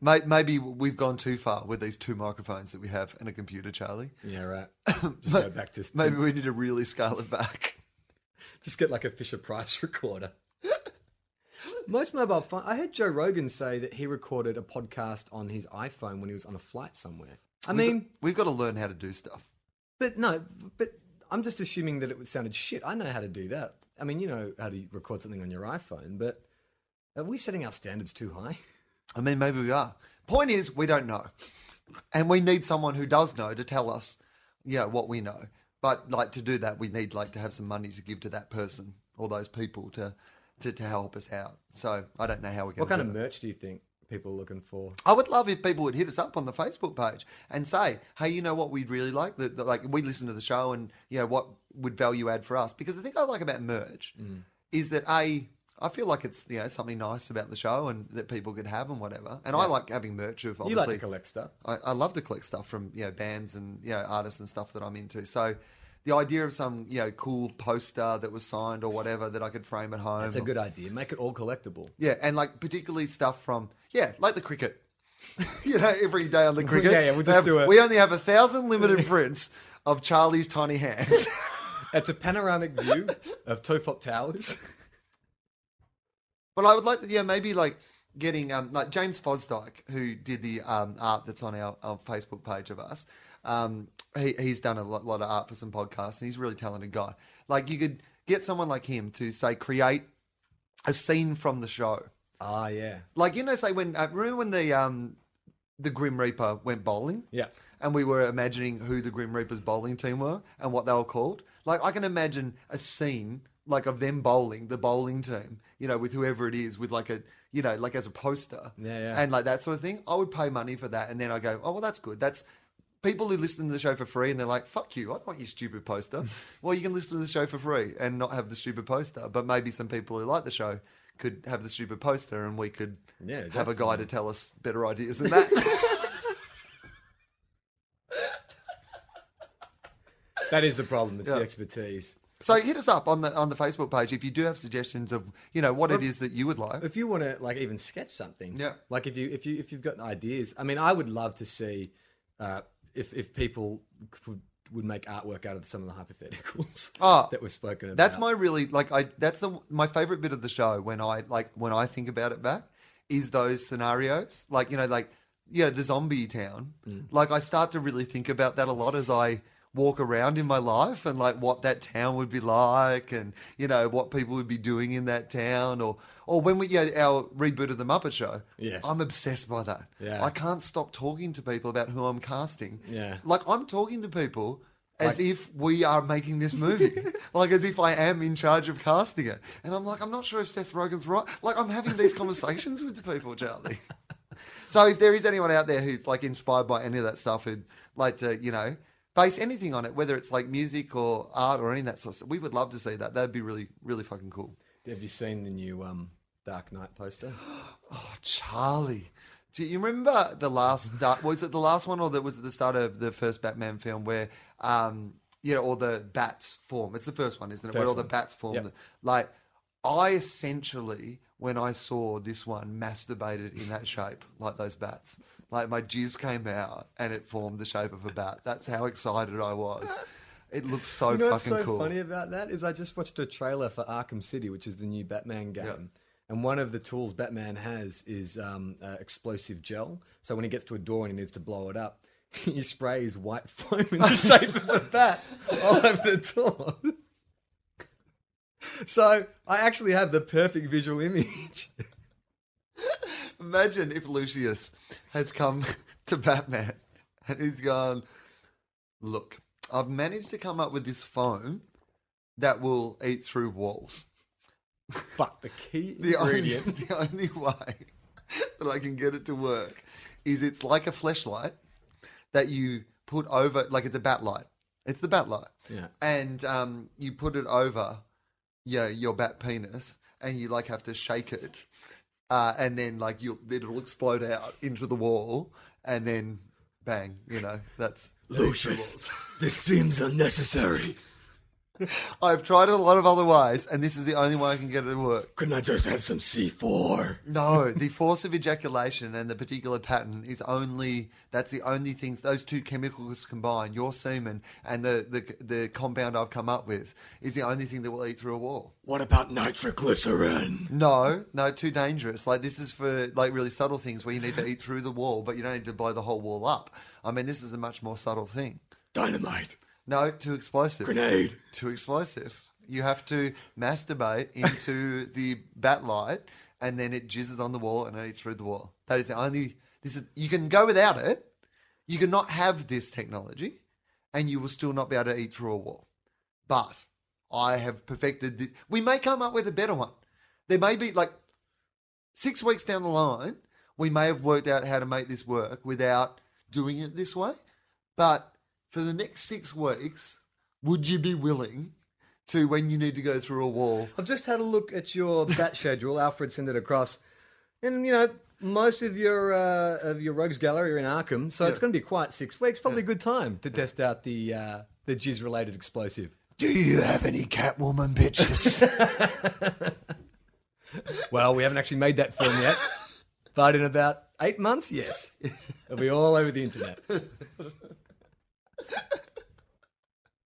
May- Maybe we've gone too far with these two microphones that we have and a computer, Charlie. Yeah, right. Just go back to Maybe we need to really scale it back. just get like a Fisher Price recorder. Most mobile phone. I heard Joe Rogan say that he recorded a podcast on his iPhone when he was on a flight somewhere. I mean, we've got to learn how to do stuff. but no, but I'm just assuming that it would- sounded shit. I know how to do that. I mean, you know how to record something on your iPhone, but are we setting our standards too high? I mean, maybe we are. Point is, we don't know, and we need someone who does know to tell us, yeah, what we know. But like to do that, we need like to have some money to give to that person or those people to to, to help us out. So I don't know how we're going. What kind do of that. merch do you think people are looking for? I would love if people would hit us up on the Facebook page and say, "Hey, you know what we'd really like? The, the- like we listen to the show, and you know what would value add for us?" Because the thing I like about merch Mm. is that a I feel like it's you know something nice about the show and that people could have and whatever. And I like having merch of You like obviously to collect stuff. I, I love to collect stuff from you know bands and you know artists and stuff that I'm into. So the idea of some you know cool poster that was signed or whatever that I could frame at home. That's a good idea. Make it all collectible. Yeah, and like particularly stuff from yeah, like the cricket. you know, every day on the cricket. yeah, we'll they just have- do it. We only have a thousand limited prints of Charlie's tiny hands. It's a panoramic view of Tofop Towers. but I would like to, yeah, maybe like getting um, like James Fosdyke, who did the um, art that's on our, our Facebook page of us. Um, he, he's done a lot, lot of art for some podcasts, and he's a really talented guy. Like you could get someone like him to say create a scene from the show. ah, yeah. Like you know, say when uh, remember when the um, the Grim Reaper went bowling. Yeah. and we were imagining who the Grim Reaper's bowling team were and what they were called. Like I can imagine a scene like of them bowling, the bowling team, you know, with whoever it is, with like a you know, like as a poster. Yeah, yeah. And like that sort of thing. I would pay money for that and then I go, Oh well that's good. That's people who listen to the show for free and they're like, Fuck you, I don't want your stupid poster. well you can listen to the show for free and not have the stupid poster. But maybe some people who like the show could have the stupid poster and we could Yeah, have a guy to tell us better ideas than that. That is the problem. It's Yeah. the expertise. So hit us up on the on the Facebook page if you do have suggestions of you know what it is that you would like. If you want to like even sketch something, Yeah. Like if you if you if you've got ideas, I mean, I would love to see uh, if if people could, would make artwork out of some of the hypotheticals Oh, that were spoken about. That's my really like I that's the my favorite bit of the show when I like when I think about it back is those scenarios like you know like you know the zombie town Mm. like I start to really think about that a lot as I walk around in my life and like what that town would be like and you know what people would be doing in that town or or when we you know, our reboot of the Muppet Show Yes. I'm obsessed by that Yeah. I can't stop talking to people about who I'm casting Yeah. like I'm talking to people as if we are making this movie, like as if I am in charge of casting it, and I'm like, I'm not sure if Seth Rogen's right. Like I'm having these conversations with the people, Charlie. So if there is anyone out there who's like inspired by any of that stuff, who'd like to, you know, base anything on it, whether it's like music or art or any of that sort of stuff, we would love to see that. That'd be really, really fucking cool. Have you seen the new um, Dark Knight poster? Oh, Charlie. Do you remember the last Dark, was it the last one or that was at the start of the first Batman film where um you know all the bats form. It's the first one, isn't it? where First all the one. bats form. Yep. Like I essentially when I saw this one masturbated in that shape, like those bats. Like my jizz came out and it formed the shape of a bat. That's how excited I was. It looks so you know what's fucking so cool. funny about that is I just watched a trailer for Arkham City, which is the new Batman game. And one of the tools Batman has is um, uh, explosive gel. So when he gets to a door and he needs to blow it up, he sprays white foam in the shape of a bat all over the door. so I actually have the perfect visual image. Imagine if Lucius has come to Batman and he's gone, Look, I've managed to come up with this foam that will eat through walls. But the key The only, ingredient. the only way that I can get it to work is it's like a flashlight that you put over, like it's a bat light. It's the bat light. Yeah. And um, you put it over your, your bat penis and you like have to shake it. Uh, and then like you'll, it'll explode out into the wall and then bang, you know, that's. Lucius, this seems unnecessary. I've tried it a lot of other ways, and this is the only way I can get it to work. Couldn't I just have some C4? No, the force of ejaculation and the particular pattern is only that's the only things those two chemicals combined, your semen and the, the the compound I've come up with, is the only thing that will eat through a wall. What about nitroglycerin? No, no, too dangerous. Like this is for like really subtle things where you need to eat through the wall, but you don't need to blow the whole wall up. I mean, this is a much more subtle thing. Dynamite? No, too explosive. Grenade? Too explosive. You have to masturbate into the bat light, and then it jizzes on the wall and it eats through the wall. That is the only. This is you can go without it. You cannot have this technology, and you will still not be able to eat through a wall. But I have perfected. The, we may come up with a better one. There may be like six weeks down the line, we may have worked out how to make this work without doing it this way. But for the next six weeks, would you be willing to, when you need to go through a wall, I've just had a look at your bat schedule. Alfred sent it across, and you know most of your uh, of your rogues gallery are in Arkham, so it's going to be quite six weeks. Probably a good time to test out the uh, the jizz related explosive. do you have any Catwoman bitches? Well, we haven't actually made that film yet, but in about eight months, yes, it'll be all over the internet.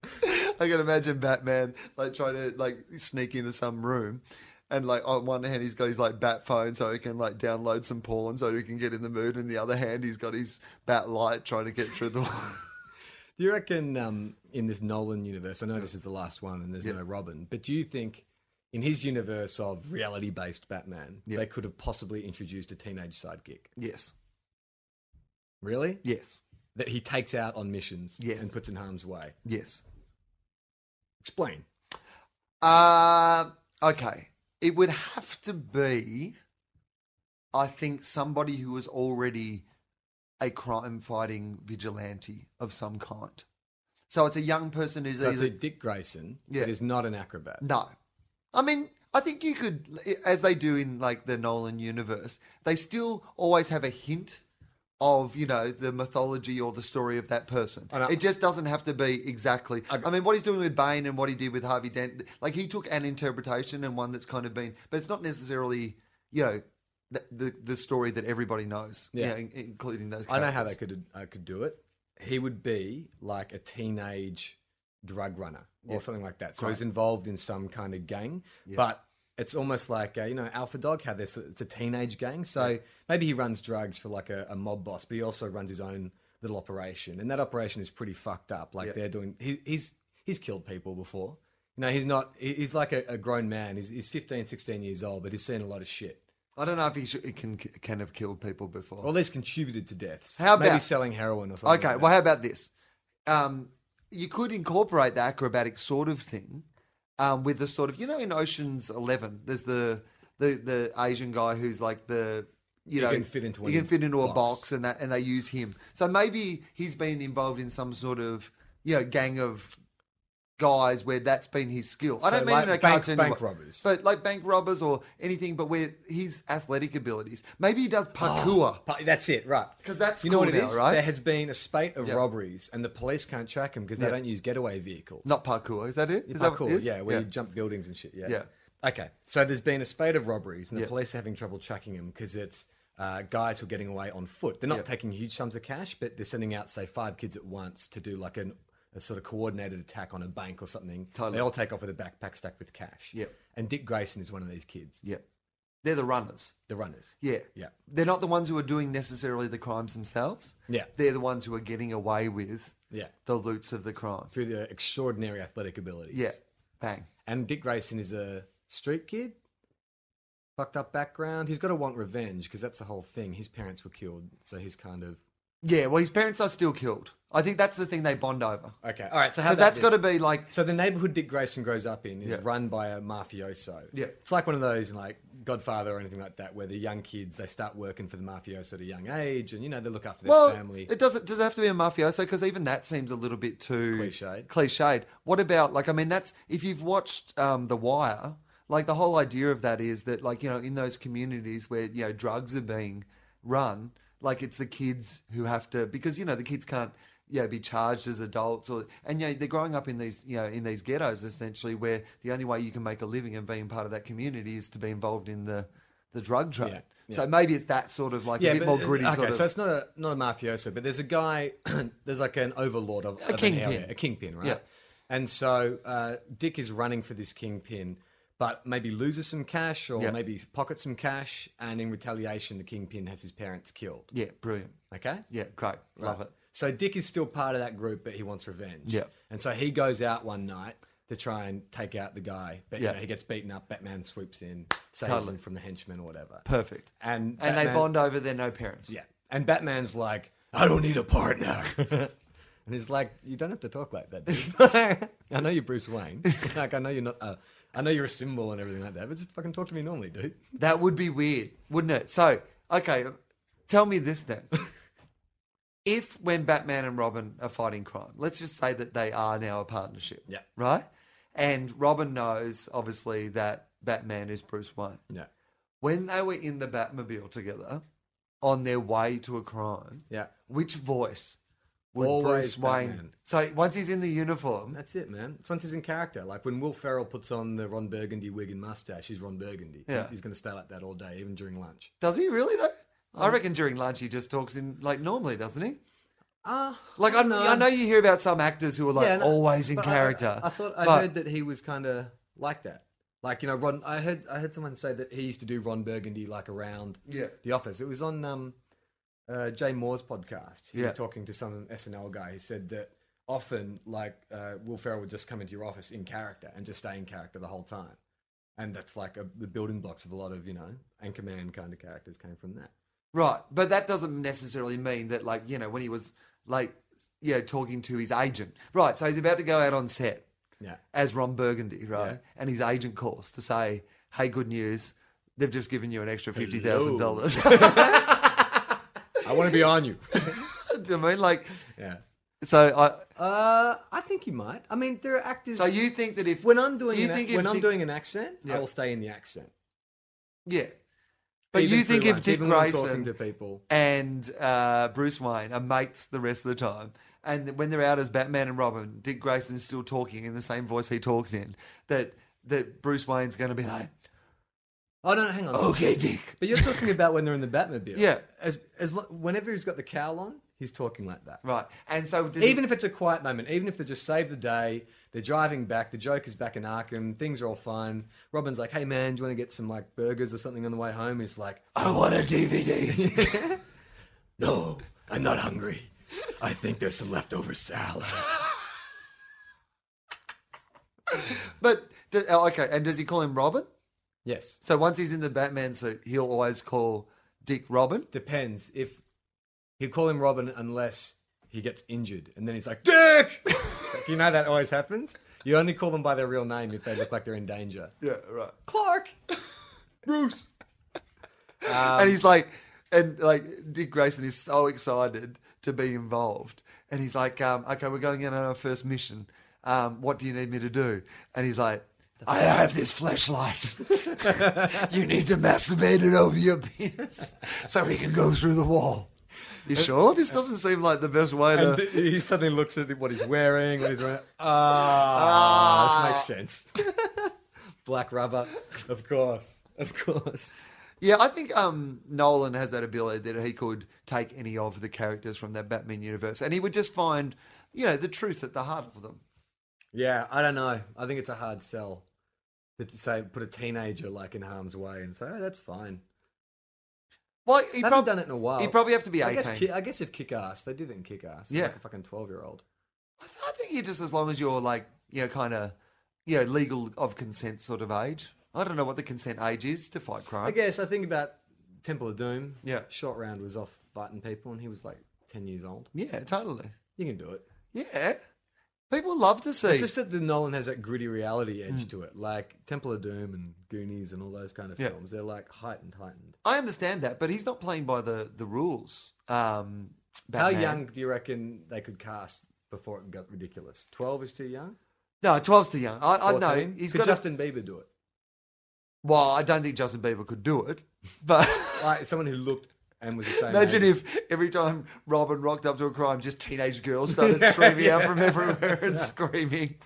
I can imagine Batman like trying to like sneak into some room. And like on one hand he's got his like bat phone so he can like download some porn so he can get in the mood, and the other hand he's got his bat light trying to get through the wall. Do you reckon um, in this Nolan universe? I know this is the last one, and there's no Robin, but do you think? In his universe of reality-based Batman, they could have possibly introduced a teenage sidekick. Yes. Really? Yes. that he takes out on missions Yes. and puts in harm's way. Yes. Explain. Uh, okay. It would have to be, I think, somebody who was already a crime fighting vigilante of some kind. So it's a young person who's So it's either. a Dick Grayson Yeah. that is not an acrobat. No. I mean, I think you could, as they do in like the Nolan universe, they still always have a hint of, you know, the mythology or the story of that person. And I- it just doesn't have to be exactly. I, mean, what he's doing with Bane and what he did with Harvey Dent, like he took an interpretation and one that's kind of been, but it's not necessarily, you know, the, the, the story that everybody knows, yeah, Yeah. in, including those. I Characters. know how they could I could do it. He would be like a teenage drug runner or something like that. So he's involved in some kind of gang, but it's almost like uh, you know Alpha Dog how this it's a teenage gang. So maybe he runs drugs for like a, a mob boss, but he also runs his own little operation, and that operation is pretty fucked up. Like Yeah. they're doing he, he's he's killed people before. You know, he's not. he- He's like a, a grown man. He's, he's 15, 16 years old, but he's seen a lot of shit. I don't know if he, should, he can can have killed people before. Or at least contributed to deaths. How Maybe about- selling heroin or something. Okay, like that. well, how about this? Um, you could incorporate the acrobatic sort of thing um, with the sort of you know in Ocean's Eleven, there's the the the Asian guy who's like the you He know can fit into he any can fit into a box box. and that and they use him. So maybe he's been involved in some sort of you know gang of guys where that's been his skill. I So, don't mean like in a bank- cartoon bank way, robbers. but like bank robbers or anything, but where his athletic abilities. Maybe he does Ah. parkour. But Oh, that's it, right? 'Cause that's you know cool what it now, is. right? There has been a spate of Yeah. robberies, and the police can't track them because they Yeah. don't use getaway vehicles. Not parkour, is that it? Is that what parkour, it is? yeah, where you jump buildings and shit. Yeah. Yeah. Okay, so there's been a spate of robberies, and the Yeah. police are having trouble tracking them because it's uh, guys who are getting away on foot. They're not taking huge sums of cash, but they're sending out, say, five kids at once to do like an, a sort of coordinated attack on a bank or something. Totally. They all take off with a backpack stacked with cash. Yep. And Dick Grayson is one of these kids, Yeah. They're the runners. the runners. Yeah. Yeah. They're not the ones who are doing necessarily the crimes themselves. Yeah. They're the ones who are getting away with Yeah. the loots of the crime. Through the extraordinary athletic abilities. Yeah. Bang. And Dick Grayson is a street kid, fucked up background. He's got to want revenge because that's the whole thing. His parents were killed, so he's kind of Yeah. Well, his parents are still killed. I think that's the thing they bond over. okay. All right, so how about Because that's got to this? be like, So the neighborhood Dick Grayson grows up in is Yeah. run by a mafioso. Yeah. it's like one of those like Godfather or anything like that, where the young kids they start working for the mafioso at a young age, and you know they look after their well, family. it doesn't, does it have to be a mafioso? Because even that seems a little bit too Cliched. Cliched. What about, like, I mean, that's, if you've watched um, The Wire, like, the whole idea of that is that, like, you know, in those communities where, you know, drugs are being run, like, it's the kids who have to, because, you know, the kids can't you know, be charged as adults or and you know, they're growing up in these you know in these ghettos essentially where the only way you can make a living and being part of that community is to be involved in the the drug trade. Yeah, So maybe it's that sort of like a bit but- more gritty okay, sort of so it's not a not a mafioso, but there's a guy, there's like an overlord of, of kingpin. an area, a kingpin, right? Yeah. And so uh, Dick is running for this kingpin, but maybe loses some cash or Yeah. maybe pockets some cash, and in retaliation, the kingpin has his parents killed. yeah, brilliant. Okay. Yeah, great. Love it. So Dick is still part of that group, but he wants revenge. Yeah. And so he goes out one night to try and take out the guy, but Yeah. you know, he gets beaten up. Batman swoops in, saves Totally. him from the henchmen or whatever. Perfect. And And they Batman- bond over their no parents. Yeah. And Batman's like, I don't need a partner. and he's like, You don't have to talk like that, dude. I know you're Bruce Wayne. Like, I know you're not. Uh, I know you're a symbol and everything like that, but just fucking talk to me normally, dude. That would be weird, wouldn't it? So, okay, tell me this then. if when Batman and Robin are fighting crime, let's just say that they are now a partnership. Yeah. Right? And Robin knows, obviously, that Batman is Bruce Wayne. Yeah. When they were in the Batmobile together on their way to a crime, Yeah. which voice would Always Bruce Wayne? Batman. So once he's in the uniform, That's it, man. It's once he's in character. Like when Will Ferrell puts on the Ron Burgundy wig and mustache, he's Ron Burgundy. Yeah. He's going to stay like that all day, even during lunch. does he really though? I Oh. reckon during lunch he just talks in like normally, doesn't he? Ah. Like I, I know you hear about some actors who are like Yeah, and I- always in but I- character. I, thought I but heard that he was kind of like that. Like you know, Ron. I heard I heard someone say that he used to do Ron Burgundy like around Yeah. the office. It was on um, uh, Jay Moore's podcast. He Yeah. was talking to some SNL guy. He said that often, like uh, Will Ferrell would just come into your office in character and just stay in character the whole time, and that's like a, the building blocks of a lot of you know Anchorman kind of characters came from that. right, but that doesn't necessarily mean that like you know when he was like you know talking to his agent. Right, so he's about to go out on set Yeah. as Ron Burgundy, right? Yeah. And his agent calls to say, "Hey, good news." They've just given you an extra fifty thousand Hello. dollars. I want to be on you. Do you mean like yeah. so? I Uh, I think he might. I mean, there are actors. so you think that if when I'm doing you an, think ac- if when I'm Dick- doing an accent, Yeah. I will stay in the accent. yeah, but Even you think through if lunch, Dick even when I'm Grayson talking to people, and uh, Bruce Wayne are mates the rest of the time. And when they're out as Batman and Robin, Dick Grayson's still talking in the same voice he talks in. That that Bruce Wayne's going to be like, oh no, no, hang on. okay, Dick. But you're talking about when they're in the Batmobile. Yeah. As as lo- whenever he's got the cowl on, he's talking like that. Right. And so does Even if it's a quiet moment, even if they just save the day, they're driving back. The Joker's back in Arkham. Things are all fine. Robin's like, "Hey man, do you want to get some like burgers or something on the way home?" He's like, I want a DVD. "No, I'm not hungry. I think there's some leftover salad." but do- oh, okay. And does he call him Robin? yes. So once he's in the Batman suit, he'll always call Dick Robin. depends if he'll call him Robin unless he gets injured and then he's like Dick. Like, you know that always happens. You only call them by their real name if they look like they're in danger. Yeah. Right. Clark, Bruce. Um, and he's like, and like Dick Grayson is so excited to be involved, and he's like, um, okay, we're going in on our first mission. Um, what do you need me to do? And he's like, I have this flashlight. you need to masturbate it over your penis so we can go through the wall. You sure? This doesn't seem like the best way And to. he suddenly looks at what he's wearing. What he's wearing. Ah, this makes sense. Black rubber, of course, of course. Yeah, I think um, Nolan has that ability that he could take any of the characters from that Batman universe, and he would just find, you know, the truth at the heart of them. Yeah, I don't know. I think it's a hard sell to say put a teenager like in harm's way and say, "Oh, that's fine." Well, he He haven't prob- done it in a while. He'd probably have to be I 18. guess, ki- I guess if kick ass, they did it in kick ass. Yeah. Like a fucking 12 year old. I, th- I think you just as long as you're like, you know, kind of, you know, legal of consent sort of age. I don't know what the consent age is to fight crime. I guess I think about Temple of Doom. Yeah. Short round was off fighting people and he was like 10 years old. Yeah, totally. You can do it. Yeah. People love to see. Hmm. It's just that the Nolan has that gritty reality edge to it. Like Temple of Doom and Goonies and all those kind of Yeah. films. They're like heightened, heightened. I understand that, but he's not playing by the, the rules. Um, How Batman. young do you reckon they could cast before it got ridiculous? 12 is too young? No, 12's too young. I, I know. 14? He's could got a- Justin Bieber do it? well, I don't think Justin Bieber could do it, but Like someone who looked and was the same. Imagine age. if every time Robin rocked up to a crime, just teenage girls started streaming out from everywhere and screaming.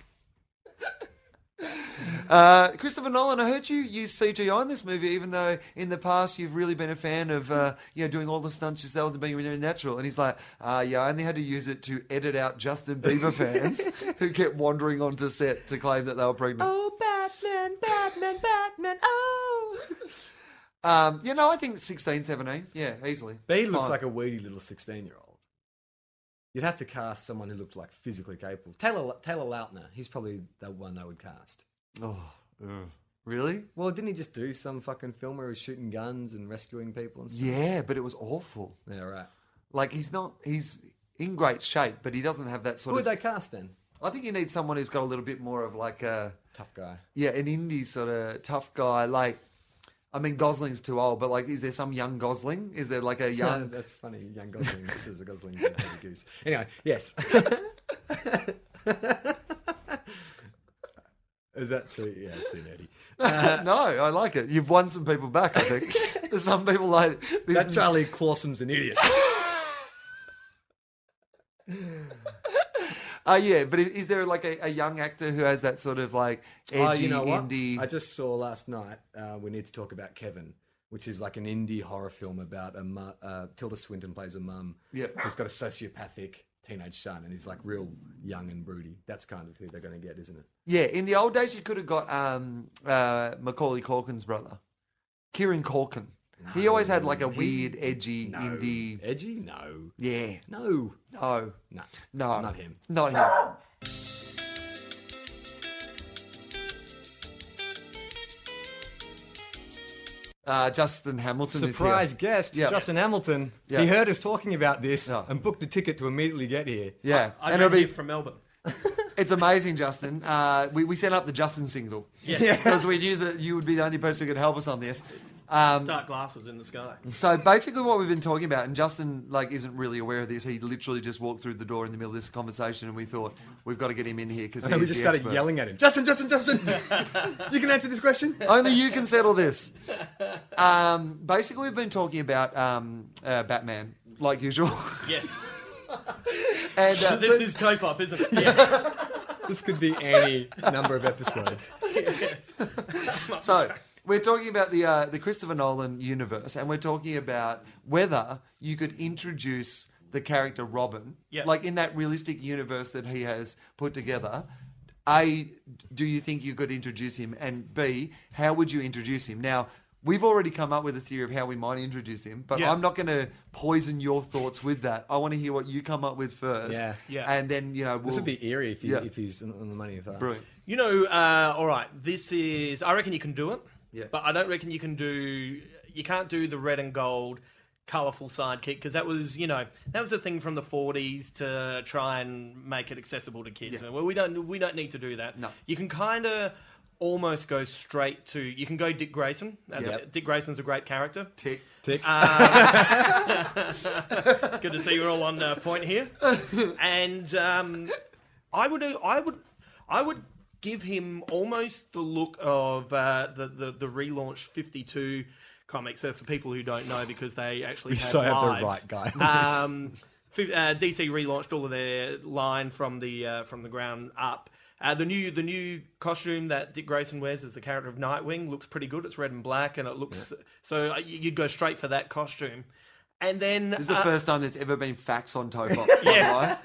Uh, Christopher Nolan, I heard you use CGI in this movie, even though in the past you've really been a fan of uh, you know doing all the stunts yourselves and being really natural. And he's like, uh, "Yeah, I only had to use it to edit out Justin Bieber fans who kept wandering onto set to claim that they were pregnant." oh Batman, Batman, Batman, oh. Um, you know, I think 16, 17, yeah, easily. But he looks Fine. like a weedy little sixteen-year-old. You'd have to cast someone who looked like physically capable. Taylor Taylor Lautner, he's probably the one they would cast. oh, ugh. really? Well, didn't he just do some fucking film where he was shooting guns and rescuing people and stuff? Yeah, but it was awful. Yeah, right. Like he's not he's in great shape, but he doesn't have that Who sort would of. they cast then? I think you need someone who's got a little bit more of like a Tough guy. yeah an indie sort of tough guy. Like, I mean Gosling's too old, but like, is there some young Gosling? Is there like a Yeah, young? that's funny. Young Gosling. this is a Gosling and a goose. Anyway, yes. is that too? Yeah, it's too nerdy. no, I like it. You've won some people back. I think there's some people like this. That Charlie Clausen's an idiot. uh, yeah, but is, is there like a, a young actor who has that sort of like edgy Oh, you know what? indie? I just saw last night. Uh, we need to talk about Kevin, which is like an indie horror film about a mu- uh, Tilda Swinton plays a mum Yep. who's got a sociopathic teenage son, and he's like real young and broody. That's kind of who they're going to get, isn't it? Yeah, in the old days you could have got um, uh, Macaulay Corkin's brother, Kieran Corkin. he always had like a weird, edgy No. indie. Edgy? No. Yeah, No. no, No. no, Not him. not him. Uh, Justin Hamilton Surprise is guest, Yeah. Justin Hamilton. Yeah. He heard us talking about this Yeah. and booked a ticket to immediately get here. here. Yeah, I and drove it'll here be, from Melbourne. it's amazing, Justin. Uh, we we sent up the Justin single Yes. because we knew that you would be the only person who could help us on this. Um, Dark glasses in the sky. So basically, what we've been talking about, and Justin like isn't really aware of this. He literally just walked through the door in the middle of this conversation, and we thought we've got to get him in here because And we just started yelling at him. Justin, Justin, Justin! you can answer this question? Only you can settle this. Um, basically, we've been talking about um, uh, Batman, like usual. Yes. and So uh, this is toe pop, isn't it? Yeah. This could be any number of episodes. so we're talking about the uh, the Christopher Nolan universe, and we're talking about whether you could introduce the character Robin, Yeah. like in that realistic universe that he has put together. A, do you think you could introduce him, and B, how would you introduce him? Now. We've already come up with a theory of how we might introduce him, but Yeah. I'm not going to poison your thoughts with that. I want to hear what you come up with first, Yeah. Yeah. and then you know we'll, This would be eerie if, he, Yeah. if he's on on the money with us. Brilliant. You know, uh, all right, this is. I reckon you can do it. Yeah. But I don't reckon you can do. You can't do the red and gold colourful sidekick because that was, you know, that was a thing from the 40s to try and make it accessible to kids. Yeah. Well, we don't we don't need to do that. No. You can kind of almost go straight to. You can go Dick Grayson. Uh, Yep. Dick Grayson's a great character. tick. Thick. Uh, Good to see you're all on uh, point here. And um, I would, uh, I would, I would give him almost the look of uh, the, the the relaunched Fifty Two comics. So for people who don't know, because they actually We have so have the lives. right guy. Um, fi- uh, DC relaunched all of their line from the uh, from the ground up. Uh, the new the new costume that Dick Grayson wears as the character of Nightwing looks pretty good. It's red and black, and it looks so uh, you- you'd go straight for that costume. And then This is the uh, first time there's ever been facts on Topop. Yes.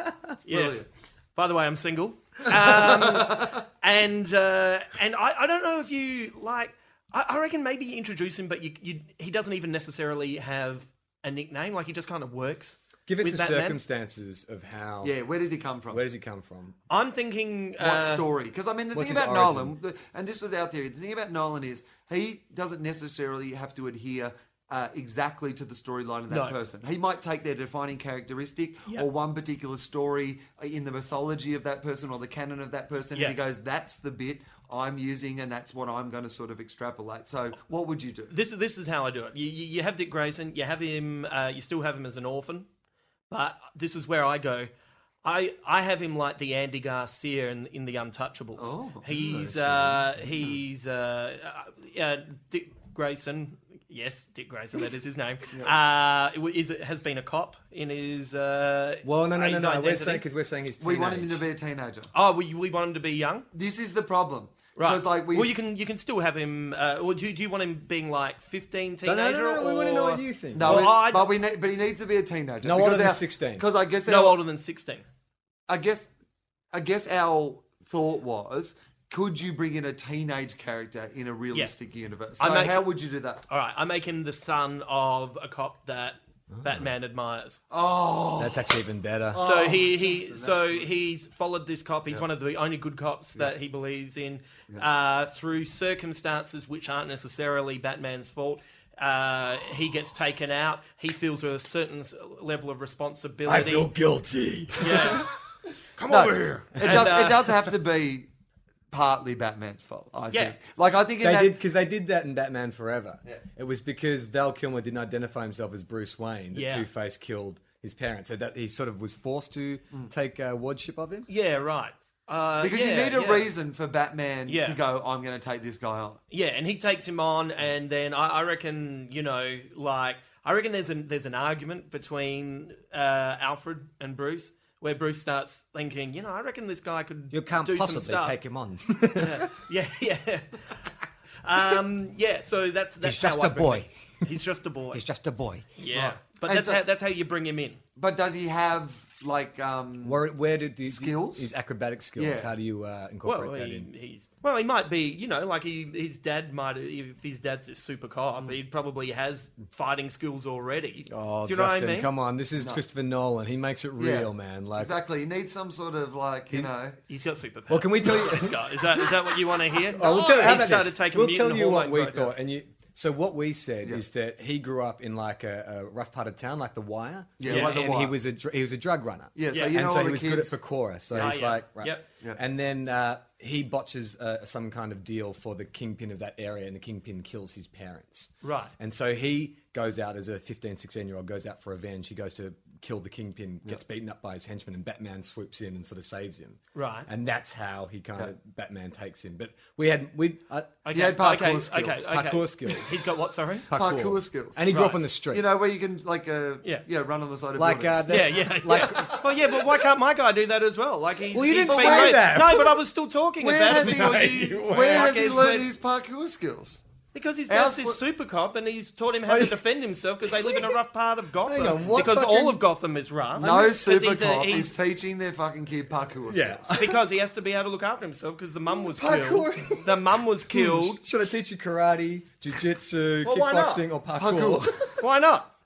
Yes. Brilliant. By the way, I'm single. Um, and uh, and I, I don't know if you like. I, I reckon maybe you introduce him, but you, you he doesn't even necessarily have a nickname. Like he just kind of works. Give us with the Batman. circumstances of how. Yeah, where does he come from? Where does he come from? I'm thinking. what uh, story? Because I mean, the what's thing his about origin? Nolan, and this was our theory. The thing about Nolan is he doesn't necessarily have to adhere. Uh, exactly to the storyline of that No. person. He might take their defining characteristic Yeah. or one particular story uh, in the mythology of that person or the canon of that person, Yeah. and he goes, "That's the bit I'm using, and that's what I'm going to sort of extrapolate." So, what would you do? This is this is how I do it. You, you, you have Dick Grayson. You have him. Uh, you still have him as an orphan, but this is where I go. I I have him like the Andy Garcia in in the Untouchables. Oh, Hmm. he's uh, he's uh, uh, uh, Dick Grayson Yes, Dick Grayson, that is his name. Uh, w- is it, has been a cop in his. Uh, Well, no, no, no, his no. We're identity? saying because we're saying he's. We want him teenage. to be a teenager. Oh, we, we want him to be young, This is the problem. right? Because like we, well, you can you can still have him. Uh, or do, do you want him being like fifteen No, teenager? no, no, no. We want to know or what you think. no, Well, it- I- but we need, but he needs to be a teenager. No older than 16. Because our- 'cause I guess no our, older than sixteen. I guess, I guess our thought was, could you bring in a teenage character in a realistic universe? I So make- how would you do that? All right, I make him the son of a cop that Batman admires. Oh, That's actually even better. so he, he Justin, that's so good. he's followed this cop. He's one of the only good cops that he believes in uh, through circumstances which aren't necessarily Batman's fault. Uh, he gets taken out. He feels a certain s- level of responsibility. guilty. yeah. Come no, over it here. And, does. uh, it does have to be partly Batman's fault. I Yeah. think. Like I think in They that, did because they did that in Batman Forever. It was because Val Kilmer didn't identify himself as Bruce Wayne that Yeah. Two Face killed his parents, so that he sort of was forced to Mm. take uh, wardship of him. Yeah, right. Uh, because you yeah, need a yeah. reason for Batman Yeah. to go. I'm going to take this guy on. Yeah, and he takes him on, and then I, I reckon, you know, like I reckon there's an there's an argument between uh, Alfred and Bruce where Bruce starts thinking, you know, I reckon this guy could You can't do some possibly stuff. take him on. Yeah, yeah. Um, yeah, so that's that's just how I a bring boy. him. He's just a boy. He's just a boy. yeah, Right. but And that's so- how that's how you bring him in. But does he have like um? Where, where did the, Skills? His acrobatic skills. Yeah. How do you uh, incorporate Well, that he, in? he's well, he might be, you know, like he, his dad might. If his dad's a super cop, he probably has fighting skills already. Oh, Do you know Justin, what I mean? come on! This is Christopher Nolan. He makes it Yeah. real, man. Like, Exactly. He needs some sort of like you know. He's got superpowers. Well, can we tell you- That's what he's got. Is that is that what you want to hear? I will tell you. How he about Oh, started this? taking We'll mutant tell you what hormone we growth. thought, and you. So what we said is that he grew up in like a, a rough part of town, like the Wire. Yeah, Yeah. like The and he Wire. was a dr- he was a drug runner. Yeah, so Yeah. you know and so all he the was kids. good at Pecora. So Yeah. he's Yeah. like, right. Yep. Yeah. And then uh, he botches uh, some kind of deal for the kingpin of that area, and the kingpin kills his parents. Right. And so he goes out as a 15, 16 year old, goes out for revenge. He goes to kill the kingpin, gets beaten up by his henchmen, and Batman swoops in and sort of saves him. Right. And that's how he kind of Batman takes him. But we had we uh, Okay, He had parkour skills. Okay, okay, okay. Parkour skills. He's got what? Sorry. parkour skills. and he grew Right. up on the street. You know where you can like uh Yeah. yeah, run on the side of like uh, buildings. the- Yeah, yeah, Like- like, well, yeah, but why can't my guy do that as well? Like, he's, Well, you he's didn't been say raised- that. No, but I was still talking Where about has it he- before No, you- you weren't. Where Like, has he it's learned when- his parkour skills? Because his Ours dad's this was- super cop, and he's taught him how to defend himself because they live in a rough part of Gotham. on, what because fucking- all of Gotham is rough. No Because he's super a- cop he's- is teaching their fucking kid parkour Yeah. skills. because he has to be able to look after himself because the mum was Parkour. killed. The mum was killed. Should I teach you karate, jujitsu, Well, why not? kickboxing, or parkour? Parkour. Why not?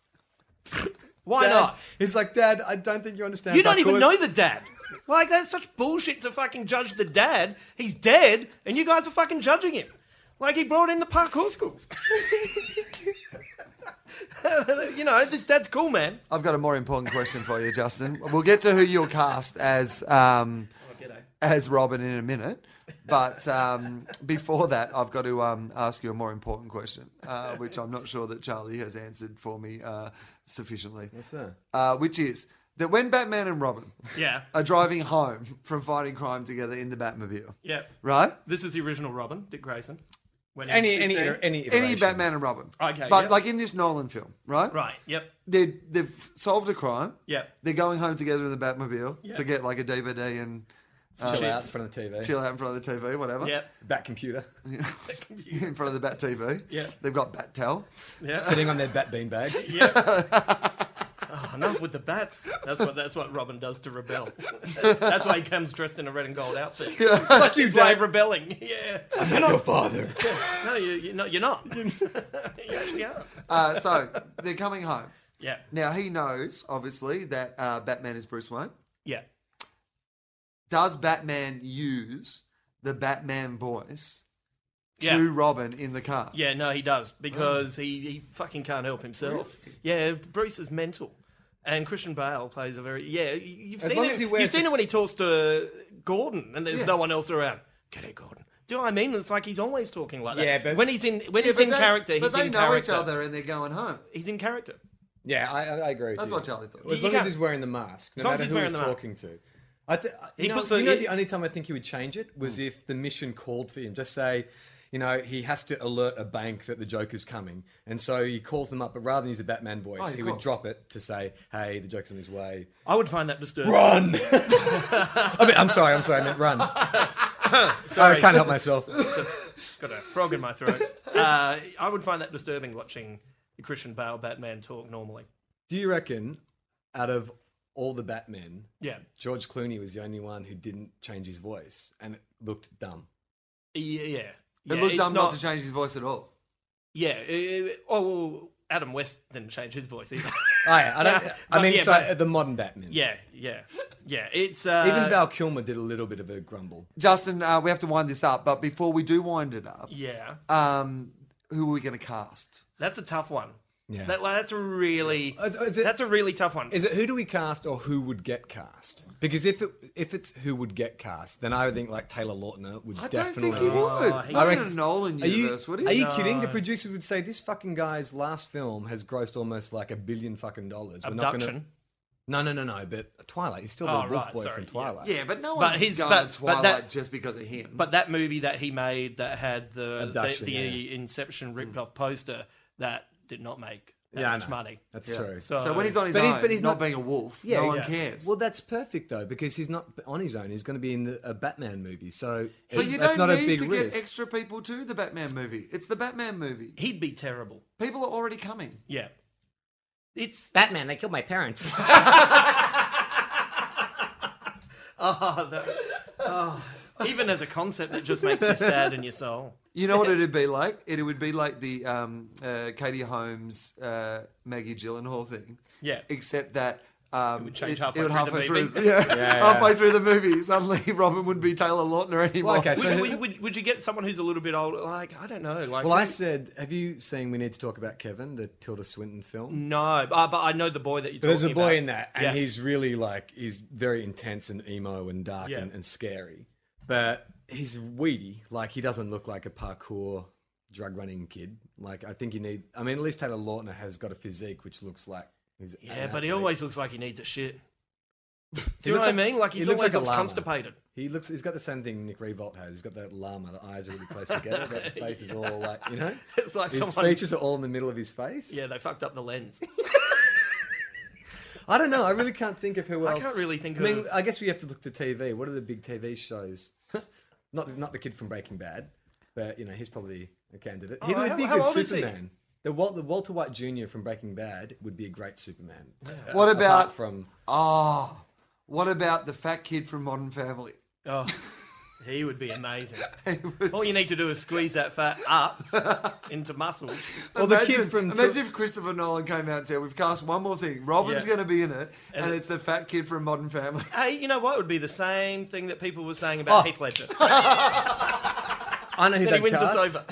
Why Dad- not? He's like, Dad, I don't think you understand. You don't even parkour." know the dad. Like that's such bullshit to fucking judge the dad. He's dead, and you guys are fucking judging him. Like he brought in the parkour schools. you know, this dad's cool, man. I've got a more important question for you, Justin. We'll get to who you'll cast as um, Oh, as Robin in a minute, but um, before that, I've got to um, ask you a more important question, uh, which I'm not sure that Charlie has answered for me uh, sufficiently. Yes, sir. Uh, which is that when Batman and Robin Yeah. are driving home from fighting crime together in the Batmobile, Yeah. right? This is the original Robin, Dick Grayson. When he was Any, any, 15. iter- any, Any iteration. Batman and Robin, Okay, but yeah. like in this Nolan film, right? Right. Yep. They they've solved a crime. Yeah. They're going home together in the Batmobile Yeah. to get like a DVD and Chill out in front of the TV. chill out in front of the TV, whatever. Yep. Bat computer. In front of the Bat TV. Yeah. They've got Bat Towel. Yeah. Sitting on their bat bean bags. Yep. oh, enough with the bats. That's what that's what Robin does to rebel. That's why he comes dressed in a red and gold outfit. Fuck you, He's way Dad. of rebelling. Yeah. I'm not your father. No, you, you no, you're not. you actually are. Uh, so they're coming home. Yeah. Now he knows, obviously, that uh, Batman is Bruce Wayne. Yeah. Does Batman use the Batman voice Yeah. to Robin in the car? Yeah, no, he does because he, he fucking can't help himself. Yeah, Bruce is mental, and Christian Bale plays a very yeah. you- You've As seen long it, as he wears you've seen the- it when he talks to Gordon, and there's Yeah. no one else around. Get it, Gordon. Do you know what I mean? It's like he's always talking like that. Yeah, but- when he's in when Yeah, he's but in they- character, But he's they in know character. each other and they're going home. He's in character. Yeah, I, I I agree with That's you. what Charlie thought. As You long as can't- he's wearing the mask, no long as matter he's who wearing he's the mask. talking to. I th- you He know, puts a- you know he- Hmm. the only time I think he would change it was if the mission called for him. Just say, you know, he has to alert a bank that the Joker's coming, and so he calls them up. But rather than use a Batman voice, Oh, of he would course. drop it to say, "Hey, the Joker's on his way. I would find that disturbing. Run!" I mean, I'm sorry, I'm sorry, I meant run. I Sorry. can't help myself. Just got a frog in my throat. Uh, I would find that disturbing watching Christian Bale Batman talk normally. Do you reckon, out of all the Batmen, Yeah. George Clooney was the only one who didn't change his voice and it looked dumb? Yeah. yeah. It Yeah, looked it's dumb not to change his voice at all. Yeah. eh, eh, oh, well, Adam West didn't change his voice either. Oh, yeah, I don't. Yeah, I but- mean, yeah, so uh, but- the modern Batman. yeah. Yeah. Yeah. It's. Uh, Even Val Kilmer did a little bit of a grumble. Justin, uh, we have to wind this up, but before we do wind it up, Yeah. um, who are we going to cast? That's a tough one. Yeah. That, like, that's a really. Is- is it- that's a really tough one. Is it who do we cast or who would get cast? Because if it, if it's who would get cast, then I would think like Taylor Lautner would I don't definitely. think he would. Oh, he- Not in reckon- a Nolan Are you, universe, would he? are you kidding? The producers would say this fucking guy's last film has grossed almost like a billion fucking dollars. We're not Abduction. gonna, no, no, no, no. But Twilight, he's still the Oh, wolf right, boy sorry, from yeah. Twilight. Yeah, but no one's he's- going but- to but Twilight that- just because of him. But that movie that he made that had the the, Abduction, the yeah. Inception ripped off poster that did not make that I much know. money. That's Yeah. true. So, so when he's on his But own, he's- but he's not, not- being a wolf, Yeah, no one yeah. cares. Well, that's perfect though because he's not on his own. He's going to be in the, a Batman movie, so but it's, you that's don't not a need big to get risk. extra people to the Batman movie. It's the Batman movie. he'd be terrible. People are already coming. Yeah, it's Batman, they killed my parents. oh, that, oh. even as a concept that just makes you sad in your soul. You know what it'd be like? It would be like the um, uh, Katie Holmes, uh, Maggie Gyllenhaal thing. Yeah. Except that. Um, it would change halfway through the movie. through- yeah, halfway through the movie, suddenly Robin wouldn't be Taylor Lautner anymore. Well, okay, so Would, who- would, would, would you get someone who's a little bit older? Like I don't know. Like well, I said, have you seen We Need to Talk About Kevin, the Tilda Swinton film? Mm. no, uh, but I know the boy that you're talking There's a about. boy in that, and Yeah. he's really like he's very intense and emo and dark Yeah. and, and scary, but he's weedy. Like he doesn't look like a parkour drug running kid. Like I think you need. I mean, at least Taylor Lautner has got a physique which looks like. He's Yeah, an but he athlete. always looks like he needs a shit. He Do you know looks what I mean? Like he he's looks always like a looks llama. constipated. He looks. He's got the same thing Nick Revolt has. He's got that llama. The eyes are really close together. but the face is all like you know. It's like his someone- features are all in the middle of his face. Yeah, they fucked up the lens. I don't know. I really can't think of who I else. can't really think I mean, of- I guess we have to look to TV. What are the big TV shows? not not the kid from Breaking Bad, but you know he's probably a candidate. He'd Oh, really how- be a how good old is he? Superman. The, Wal- the Walter White Jr. from Breaking Bad would be a great Superman. Uh, What apart about- from? Ah, what about the fat kid from Modern Family? Oh, he would be amazing. All you need to do is squeeze that fat up into muscles. Well, the Imagine, kid from imagine if Christopher Nolan came out and said, "We've cast one more thing. Robin's Yeah. going to be in it, and, And it- it's the fat kid from Modern Family." Hey, you know what would be the same thing that people were saying Oh, about Heath Ledger? Then I know who he they wins us cast. over.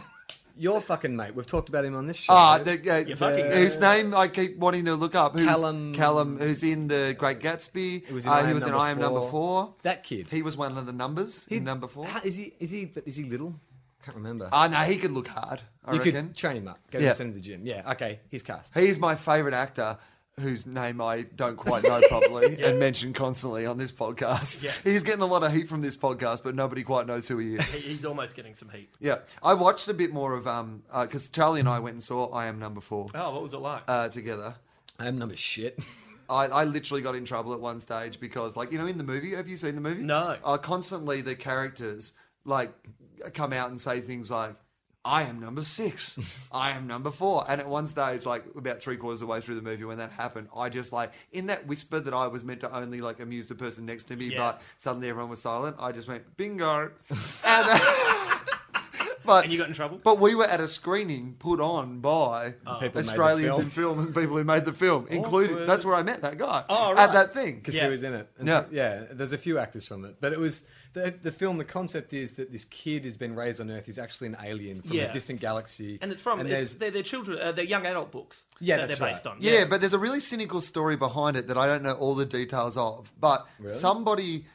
Your fucking mate. We've talked about him on this show. Ah, the, uh, fucking the- whose name I keep wanting to look up. Who's Callum- Callum, who's in the Great Gatsby. He was in Uh, I he Am was in Number I Am Number Four. that kid. He was one of the numbers He- in Number Four. How, is he? Is he? But is he little? Can't remember. Ah, no, he could look hard. I you reckon. could train him up. Go Yeah. send him to the gym. Yeah. Okay. He's cast. He's my favourite actor whose name I don't quite know properly and mention constantly on this podcast. Yeah. He's getting a lot of heat from this podcast, but nobody quite knows who he is. He- He's almost getting some heat. yeah. I watched a bit more of, um, because Charlie and I went and saw I Am Number Four Oh, what was it like? uh, together. I am number shit. I, I literally got in trouble at one stage because, like, you know, in the movie, have you seen the movie? No. Uh, constantly, the characters like come out and say things like, "I am number six, I am number four. and at one stage, like about three quarters of the way through the movie, when that happened, I just like in that whisper that I was meant to only like amuse the person next to me, Yeah. but suddenly everyone was silent. I just went bingo, and. uh, But, And you got in trouble? Oh. But we were at a screening put on by people who made the Australians film. in film and people who made the film, including. Awkward. That's where I met that guy Oh, at right. that thing. because Yeah. he was in it. And Yeah. so- yeah. There's a few actors from it, but it was the the film. The concept is that this kid has been raised on Earth. He's actually an alien from a Yeah. distant galaxy, and it's from it's, there's they're, they're children, uh, they're young adult books Yeah, that that's they're based right. on. Yeah, but there's a really cynical story behind it that I don't know all the details of. But somebody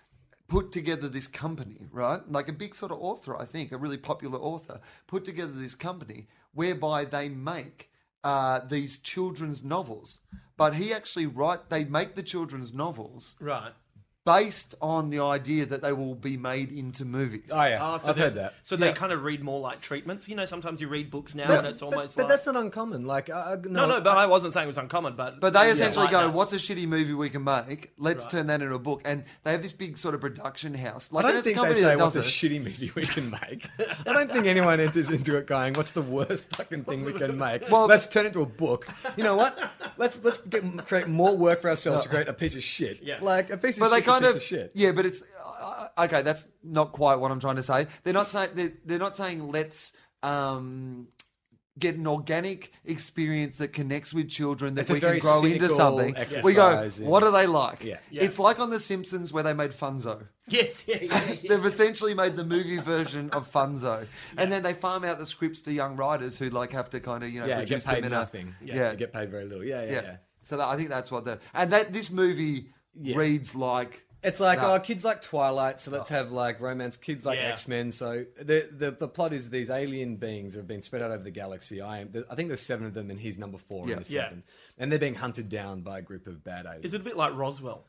put together this company, right? Like a big sort of author, I think, a really popular author, put together this company whereby they make uh, these children's novels. But he actually write they make the children's novels, Right. based on the idea that they will be made into movies. Oh yeah, Oh, so I've they- heard that. So Yeah. they kind of read more like treatments. You know, sometimes you read books now and it's but, almost but like. that's not uncommon. Like, uh, no, no, no, but I, wasn't saying it was uncommon, but. But they Yeah. essentially Like go, that. "What's a shitty movie we can make? Let's turn that into a book." And they have this big sort of production house. Like I and don't it's a think they company say that what's does a it. shitty movie we can make. I don't think anyone enters into it going, "What's the worst fucking thing we can make?" Well- let's turn it into a book. You know what? Let's let's get, create more work for ourselves to create a piece of shit. Yeah. like a piece of but they shit. kind a piece of, of shit. yeah. But it's uh, okay. That's not quite what I'm trying to say. They're not saying they're, they're not saying let's. Um, Get an organic experience that connects with children It's that a we can very grow into cynical something. exercise We go, in- what are they like? Yeah. Yeah. It's like on The Simpsons where they made Funzo. Yes, yeah, yeah, yeah. They've essentially made the movie version of Funzo, and then they farm out the scripts to young writers who like have to kind of you know yeah, you produce get paid them in nothing. a yeah you get paid very little. Yeah, yeah, yeah. yeah. So that, I think that's what the and that this movie reads like. It's like, No. oh, kids like Twilight, so Oh. let's have like romance. Kids like Yeah. X Men, so the, the the plot is these alien beings have been spread out over the galaxy. I am, I think there's seven of them, and he's number four Yeah. in the Yeah. seven, and they're being hunted down by a group of bad aliens. Is it a bit like Roswell?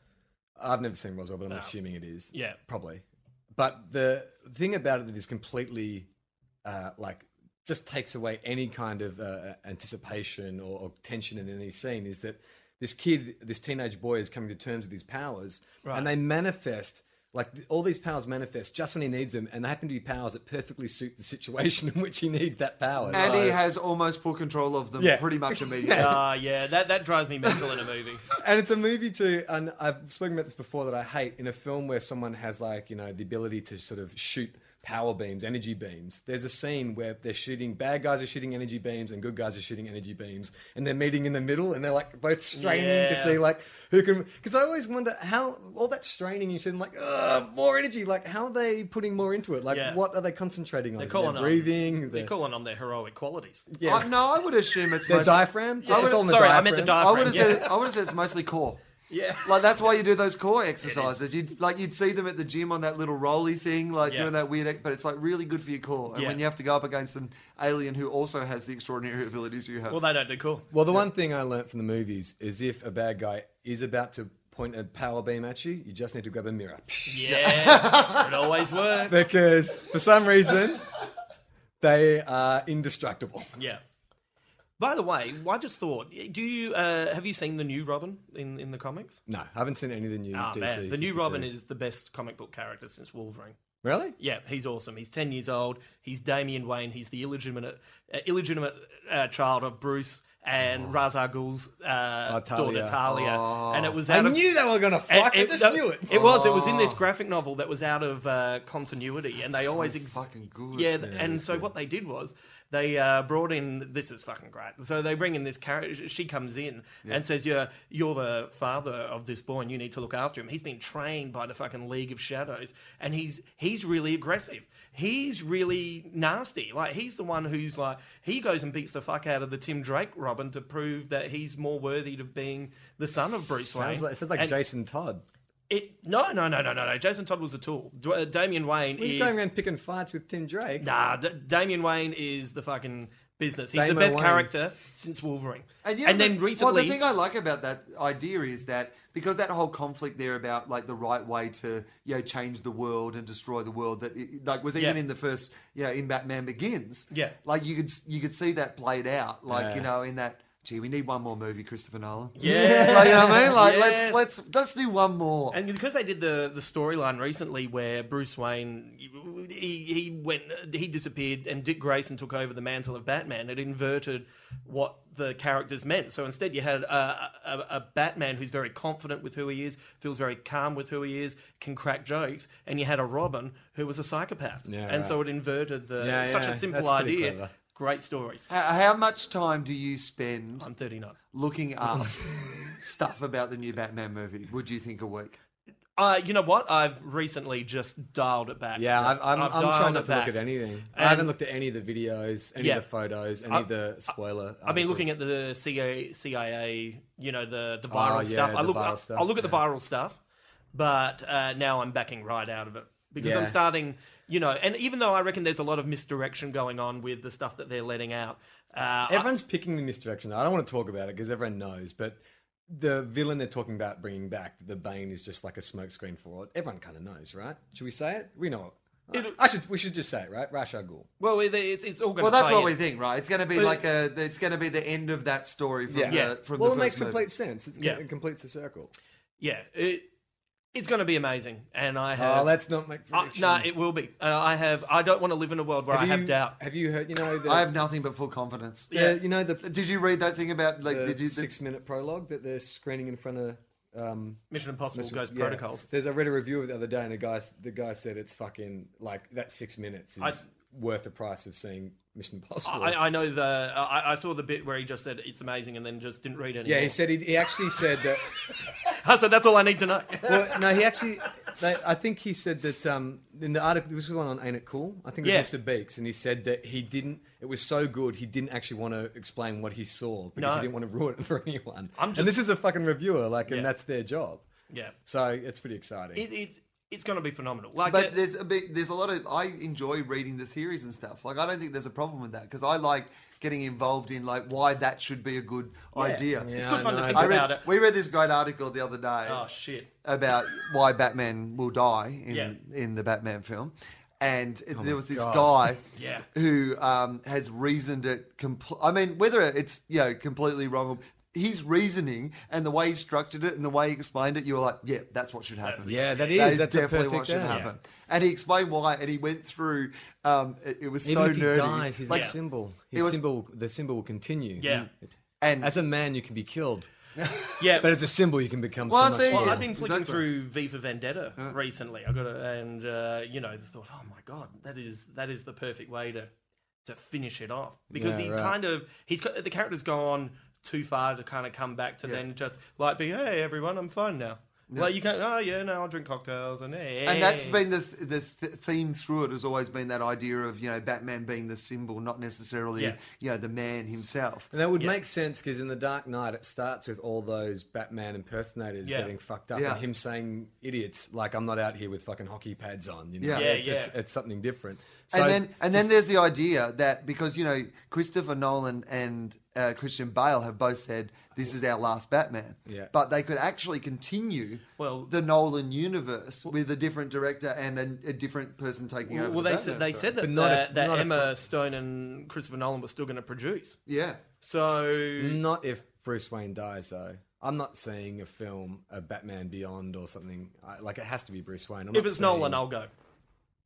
I've never seen Roswell, but I'm assuming it is. Yeah. probably. But the thing about it that is completely uh, like just takes away any kind of uh, anticipation or, or tension in any scene is that this kid, this teenage boy, is coming to terms with his powers, and they manifest. Like th- all these powers manifest just when he needs them, and they happen to be powers that perfectly suit the situation in which he needs that power. And So- he has almost full control of them Yeah. pretty much immediately. Ah, yeah, that, that drives me mental in a movie. and it's a movie too, and I've spoken about this before that I hate in a film where someone has like you know the ability to sort of shoot power beams, energy beams. There's a scene where they're shooting bad guys are shooting energy beams and good guys are shooting energy beams, and they're meeting in the middle, and they're like both straining Yeah. to see like who can. Because I always wonder how all that straining you said like "Ugh, more energy, like how are they putting more into it? Like Yeah. what are they concentrating on? They're Is it their calling on breathing. They're their- calling on um, their heroic qualities. yeah. I, no, I would assume it's their most, diaphragm. Yeah, It's all in sorry, I meant the I diaphragm. would have yeah. said I would have said it's mostly core. Yeah. Like that's why you do those core exercises. You'd like you'd see them at the gym on that little rolly thing, like Yeah. doing that weird. ex- But it's like really good for your core. And Yeah. when you have to go up against an alien who also has the extraordinary abilities you have, Well, they don't do cool. Well, the one thing I learnt from the movies is if a bad guy is about to point a power beam at you, you just need to grab a mirror. Yeah, it always works. Because for some reason, they are indestructible. Yeah. By the way, I just thought, do you uh, have you seen the new Robin in, in the comics? No, I haven't seen any of the new Ah DC. man, the new Robin 52. is the best comic book character since Wolverine. really. Yeah, he's awesome. He's ten years old. He's Damian Wayne. He's the illegitimate uh, illegitimate uh, child of Bruce and Ra's al Ghul's uh, Oh, Talia. Oh. daughter Talia. And it was I out of knew they were gonna and fuck. I just no, knew it. Oh. was. It was in this graphic novel that was out of uh, continuity, and they always ex- fucking good, Yeah, man, and so what they did was they uh, brought in. This is fucking great. So they bring in this character. She comes in and says, "Yeah, you're the father of this boy, and you need to look after him. He's been trained by the fucking League of Shadows, and he's he's really aggressive. He's really nasty. Like he's the one who's like he goes and beats the fuck out of the Tim Drake Robin to prove that he's more worthy of being the son of Bruce Wayne. Sounds like, sounds like And- Jason Todd. it no no no no no no. Jason Todd was a tool. D- uh, Damian Wayne He's is going around picking fights with Tim Drake. nah. D- Damian Wayne is the fucking business. He's Damo the best Wayne. character since Wolverine. And, you know, then the- recently, well, the thing I like about that idea is that because that whole conflict there about like the right way to you know change the world and destroy the world that it, like was even Yeah. in the first you know in Batman Begins. Yeah. like you could you could see that played out like you know in that. Gee, we need one more movie, Christopher Nolan. Yeah. like, you know what I mean. Like, Yes. let's let's let's do one more. and because they did the the storyline recently where Bruce Wayne he he went he disappeared and Dick Grayson took over the mantle of Batman. It inverted what the characters meant. So instead, you had a, a, a Batman who's very confident with who he is, feels very calm with who he is, can crack jokes, and you had a Robin who was a psychopath. Yeah, and right. so it inverted the Yeah, such yeah, a simple that's pretty idea. clever. Great stories. how, how much time do you spend I'm 39. looking up stuff about the new Batman movie? Would you think a week? Uh, you know what? I've recently just dialed it back. Yeah, I've, I'm, I've I'm, dialed trying it not to look back. at anything. And- I haven't looked at any of the videos, any Yeah. of the photos, any I- of the spoiler. I've been looking at the CIA, CIA you know, the, the viral Ah, yeah, stuff. I the look, viral I, stuff, will look at the yeah. viral stuff, but uh, now I'm backing right out of it because I'm Yeah. starting, you know, and even though I reckon there's a lot of misdirection going on with the stuff that they're letting out, uh, I- Everyone's picking the misdirection. though. I don't want to talk about it because everyone knows, but the villain they're talking about bringing back, the Bane is just like a smokescreen for it. Everyone kind of knows, right? Should we say it? We know it. It'll- I should. We should just say it, right? Ra's al Ghul. Well, it, it's it's all going. Well, that's tie what in. we think, right? It's going to be But- like a. It's going to be the end of that story from Yeah. the Yeah. from well, the it makes first movie. complete sense. It's, Yeah. It completes the circle. Yeah, it it's going to be amazing, and I Oh, have. let's not make Uh, predictions. no, it will be. And I have. I don't want to live in a world where I have you, doubt. Have you heard? You know the. I have nothing but full confidence. the- Yeah. You know the, Did you read that thing about like? the did you? six-minute prologue that they're screening in front of. Um, Mission Impossible goes yeah. protocols. There's I read a review of it the other day, and a guy s- the guy said it's fucking like that six minutes is I- worth the price of seeing Mission Impossible. I, I know the. I, I saw the bit where he just said it's amazing, and then just didn't read any. yeah, he said he, he actually said that. I said that's all I need to know. Well, no, he actually. They, I think he said that um, in the article. This was one on Ain't It Cool. I think it was Yeah. Mr. Beeks, and he said that he didn't. It was so good he didn't actually want to explain what he saw because No. he didn't want to ruin it for anyone. I'm and just- this is a fucking reviewer, like, Yeah. and that's their job. yeah, So it's pretty exciting. it, it's it's going to be phenomenal. Like, But uh, there's a bit, there's a lot of I enjoy reading the theories and stuff. Like I don't think there's a problem with that because I like getting involved in like why that should be a good idea. it's Yeah, good fun to no, think I about read, it. we read this great article the other day Oh shit! about why Batman will die in Yeah. in the Batman film, and Oh there was this guy Yeah. who um, has reasoned it. Compl- I mean, whether it's you know completely wrong. Or- his reasoning and the way he structured it and the way he explained it, you were like, "Yeah, that's what should happen." yeah, that That is. is That's a definitely what perfect should ad. happen. And he explained why, and he went through. Um, it, it was Even so if he nerdy. dies, he's Like, a symbol. His was- Mm. symbol, the symbol will continue. Yeah. And As a man, you can be killed, Yeah, but as a symbol, you can become. Well, so I see. much Well, more. I've been flicking exactly. through V for Vendetta recently. I got a, and uh, you know thought, oh my god, that is that is the perfect way to to finish it off because Yeah, he's right. kind of he's got- the character's gone too far to kind of come back to then just like be hey everyone I'm fine now. Like you can oh yeah no I'll drink cocktails and eh, hey and that's been the th- the th- theme through it has always been that idea of you know Batman being the symbol, not necessarily Yeah. you know the man himself. And that would Yeah. make sense because in The Dark Knight, it starts with all those Batman impersonators Yeah. getting fucked up Yeah. and him saying, idiots, like, I'm not out here with fucking hockey pads on. You know? Yeah. Yeah, it's, It's, yeah. it's something different. So, And then and then there's the idea that because you know Christopher Nolan and uh, Christian Bale have both said this is our last Batman, Yeah. but they could actually continue Well- the Nolan universe with a different director and a, a different person taking well, over. well the they Batman said they story. said that But not that, if- that not if- Emma Stone and Christopher Nolan were still going to produce yeah. so Not if Bruce Wayne dies, though. I'm not seeing a film, a Batman Beyond or something. I, like, it has to be Bruce Wayne. I'm if not it's saying- Nolan I'll go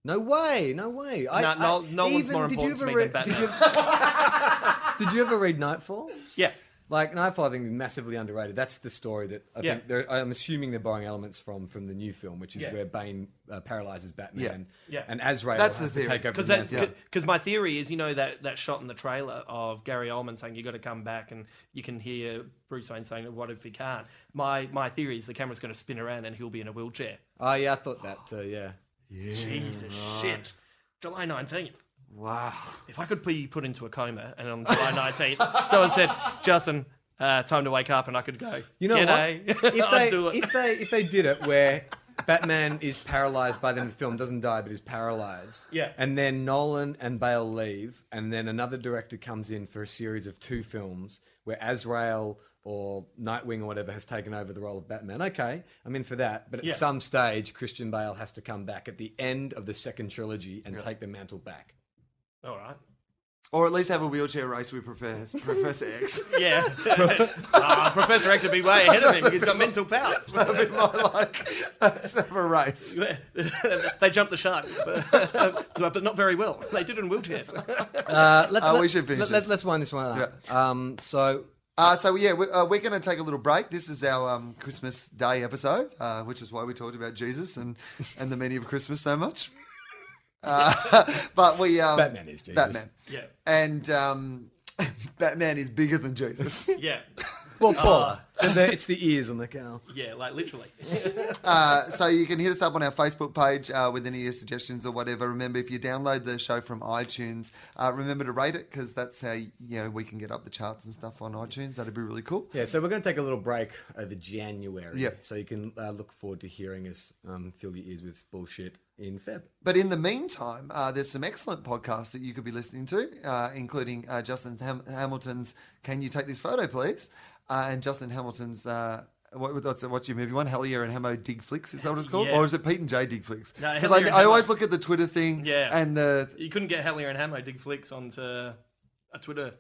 No way, no way. I, Nah, Nol- I- Nolan's more did you important to ever me than read- Did you, did you ever read Nightfall? yeah Like Nightfall, I think is massively underrated. That's the story that I Yeah. think they're, I'm assuming they're borrowing elements from from the new film, which is Yeah. where Bane uh, paralyzes Batman. Yeah. Yeah. and Azrael That's has the to theory. take over the Because mantle. because my theory is, you know, that, that shot in the trailer of Gary Oldman saying you got to come back, and you can hear Bruce Wayne saying, "What if he can't?" My my theory is the camera's going to spin around and he'll be in a wheelchair. Oh yeah, I thought that. Uh, yeah, Jesus shit! July nineteenth. Wow. If I could be put into a coma and on July nineteenth, someone said, "Justin, uh, time to wake up," and I could go. you know "G'day." what? If I'd they do it. if they if they did it where Batman is paralyzed by then the film doesn't die but is paralyzed. Yeah. and then Nolan and Bale leave, and then another director comes in for a series of two films where Azrael or Nightwing or whatever has taken over the role of Batman. Okay, I'm in for that, but at Yeah. some stage Christian Bale has to come back at the end of the second trilogy and take the mantle back. All right. Or at least have a wheelchair race with Professor, Professor X. Yeah. Ah, Professor X would be way ahead of him. He's got mental powers. That'd be my like. Let's have a race. they jumped the shark, but, but not very well. They did in wheelchairs. Uh, let, Uh, let- we should finish let- this. Let's, let's wind this one up. Um, so Uh, so yeah, we, uh, we're going to take a little break. This is our um, Christmas Day episode, uh, which is why we talked about Jesus and, and the meaning of Christmas so much. Uh, but we um, Batman is Jesus. Batman, Yeah. and um, Batman is bigger than Jesus. Yeah. Ah. Well, taller. And the- it's the ears on the cow. Yeah, like literally. Uh, so you can hit us up on our Facebook page uh, with any of your suggestions or whatever. Remember, if you download the show from iTunes, uh, remember to rate it because that's how you know we can get up the charts and stuff on iTunes. That'd be really cool. Yeah, so we're going to take a little break over January. Yep. So you can uh, look forward to hearing us um, fill your ears with bullshit in Feb. But in the meantime, uh, there's some excellent podcasts that you could be listening to, uh, including uh, Justin Ham- Hamilton's "Can You Take This Photo, Please." Uh, and Justin Hamilton's Hamilton's. Uh, what, what's, what's your movie one? Hellier and Hamo Digflix? Is that what it's called? Yeah. Or is it Pete and Jay Digflix? No, Because Hellier and I, I Hamo. always look at the Twitter thing Yeah. and the You couldn't get Hellier and Hamo dig flicks onto a Twitter.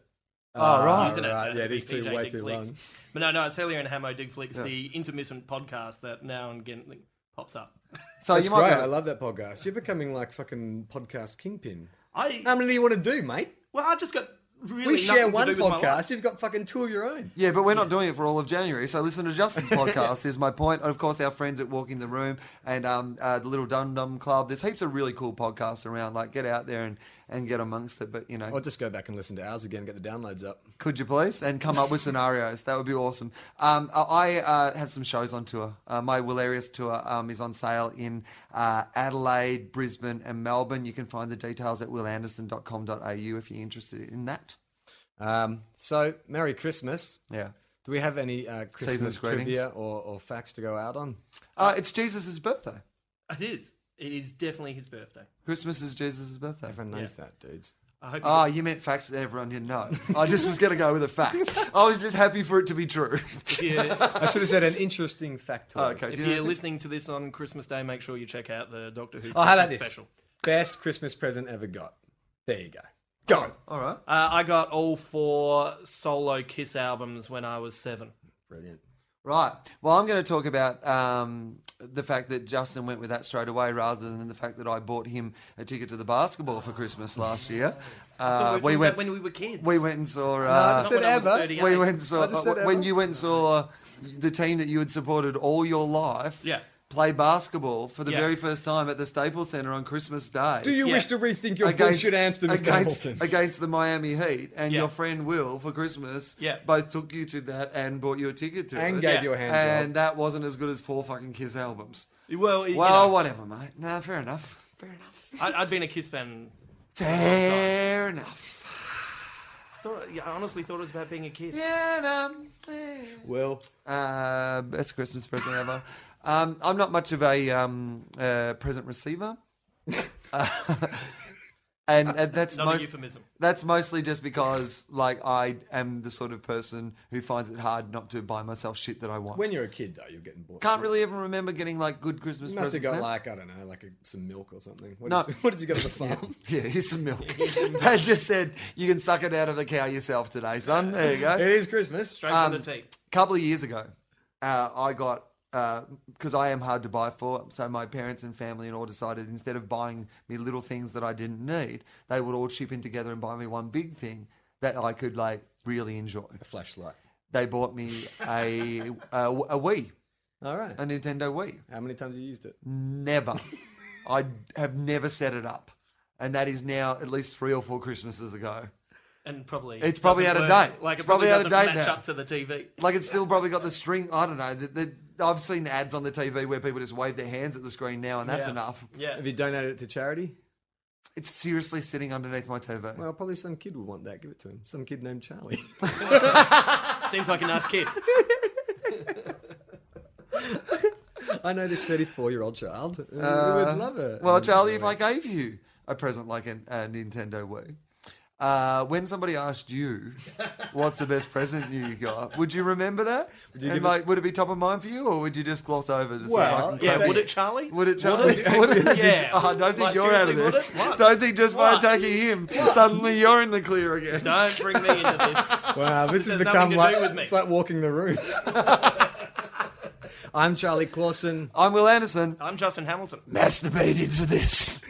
Oh, right. username, Uh, so right. Yeah, it'd be these two PJ way Dig too Flicks. long. But no, no, it's Hellier and Hamo dig flicks, Yeah. the intermittent podcast that now and again like, pops up. So That's you great. might. I Be, love that podcast. You're becoming like fucking podcast kingpin. I How many do you want to do, mate? well, I just got really Um, We share nothing to one do with my life. podcast. You've got fucking two of your own. yeah, but we're not doing it for all of January. So listen to Justin's podcast. Is my point. And of course, our friends at Walking the Room and um, uh, the Little Dum Dum Club. There's heaps of really cool podcasts around. Like get out there and and get amongst it. But you know, I'll just go back and listen to ours again, get the downloads up. could you please and come up with scenarios? That would be awesome. Um, I I, uh, have some shows on tour. Uh, my Willarious tour um, is on sale in uh, Adelaide, Brisbane, and Melbourne. You can find the details at willanderson.com.au if you're interested in that. Um, so, Merry Christmas. Yeah. Do we have any uh, Christmas greetings. trivia or, or facts to go out on? Uh, it's Jesus' birthday. It is. It is definitely his birthday. Christmas is Jesus' birthday. Everyone knows that, dudes. I hope. Oh, you meant facts that everyone didn't know. I just was going to go with a fact. I was just happy for it to be true. you, if I should have said an interesting factoid. okay. if do you know you're anything? listening to this on Christmas Day, make sure you check out the Doctor Who Oh, how about Christmas this? special. Best Christmas present ever got. There you go. Go. All right. Uh, I got all four solo Kiss albums when I was seven. Brilliant. Right. Well, I'm going to talk about um, the fact that Justin went with that straight away rather than the fact that I bought him a ticket to the basketball for Christmas last year. Uh, we we were talking went. about when we were kids. we went and saw. Uh, I Not said when I was eh? ever. 38. we went and saw I just said when Ever. you went and saw the team that you had supported all your life. Yeah. Play basketball for the Yeah. very first time at the Staples Center on Christmas Day. Do you Yeah. wish to rethink your bullshit answer, Mr. against, Hamilton? against the Miami Heat and Yeah. your friend Will for Christmas. Yeah. both took you to that and bought you a ticket to and it. gave Yeah. your hand And job. that wasn't as good as four fucking Kiss albums. Well, you Well, know, whatever, mate. No, fair enough. Fair enough. I, I'd been a Kiss fan. Fair enough. Thought, yeah, I honestly thought it was about being a Kiss. Yeah, no, yeah. Well, Uh, best Christmas present ever. Um, I'm not much of a um, uh, present receiver. Uh, and uh, that's Another most, euphemism. That's mostly just because, like, I am the sort of person who finds it hard not to buy myself shit that I want. when you're a kid, though, you're getting bored. Can't really even remember getting like good Christmas You must presents. have got now. like I don't know, like a, some milk or something. What, No. did, what did you get on the farm? Yeah, here's some milk. they just said you can suck it out of a cow yourself today, son. There you go. it is Christmas. Straight from um, the tee. couple of years ago, uh, I got because I am hard to buy for. So my parents and family and all decided instead of buying me little things that I didn't need, they would all chip in together and buy me one big thing that I could like really enjoy. Flashlight. They bought me a a, a Wii, All right. a Nintendo Wii. How many times have you used it? Mm. Never, I have never set it up, and that is now at least three or four Christmases ago. And probably It's probably out of doesn't work. date. Like It's it probably, probably out of doesn't date match now. up to the TV. Like it's still probably got the string. I don't know. The, the, I've seen ads on the TV where people just wave their hands at the screen now, and that's Yeah. enough. Yeah. Have you donated it to charity? It's seriously sitting underneath my TV. Well, probably some kid would want that. Give it to him. Some kid named Charlie. Seems like a nice kid. I know this 34 year old child. Uh, we would love it. Well, Charlie, if I gave you a present like an, a Nintendo Wii, uh, when somebody asked you what's the best present you got, would you remember that? you and give it- like, would it be top of mind for you, or would you just gloss over? To Well, some fucking Yeah, crap? would it, Charlie? Would it, Charlie? Would it? Yeah. Oh, I don't think Like, you're out of seriously, would this. it? What? Don't think just by What? attacking him, suddenly you're in the clear again. Don't bring me into this. Wow, this, has has nothing become to do like, with me. it's like walking the room. I'm Charlie Clausen. I'm Will Anderson. I'm Justin Hamilton. Masturbate into this.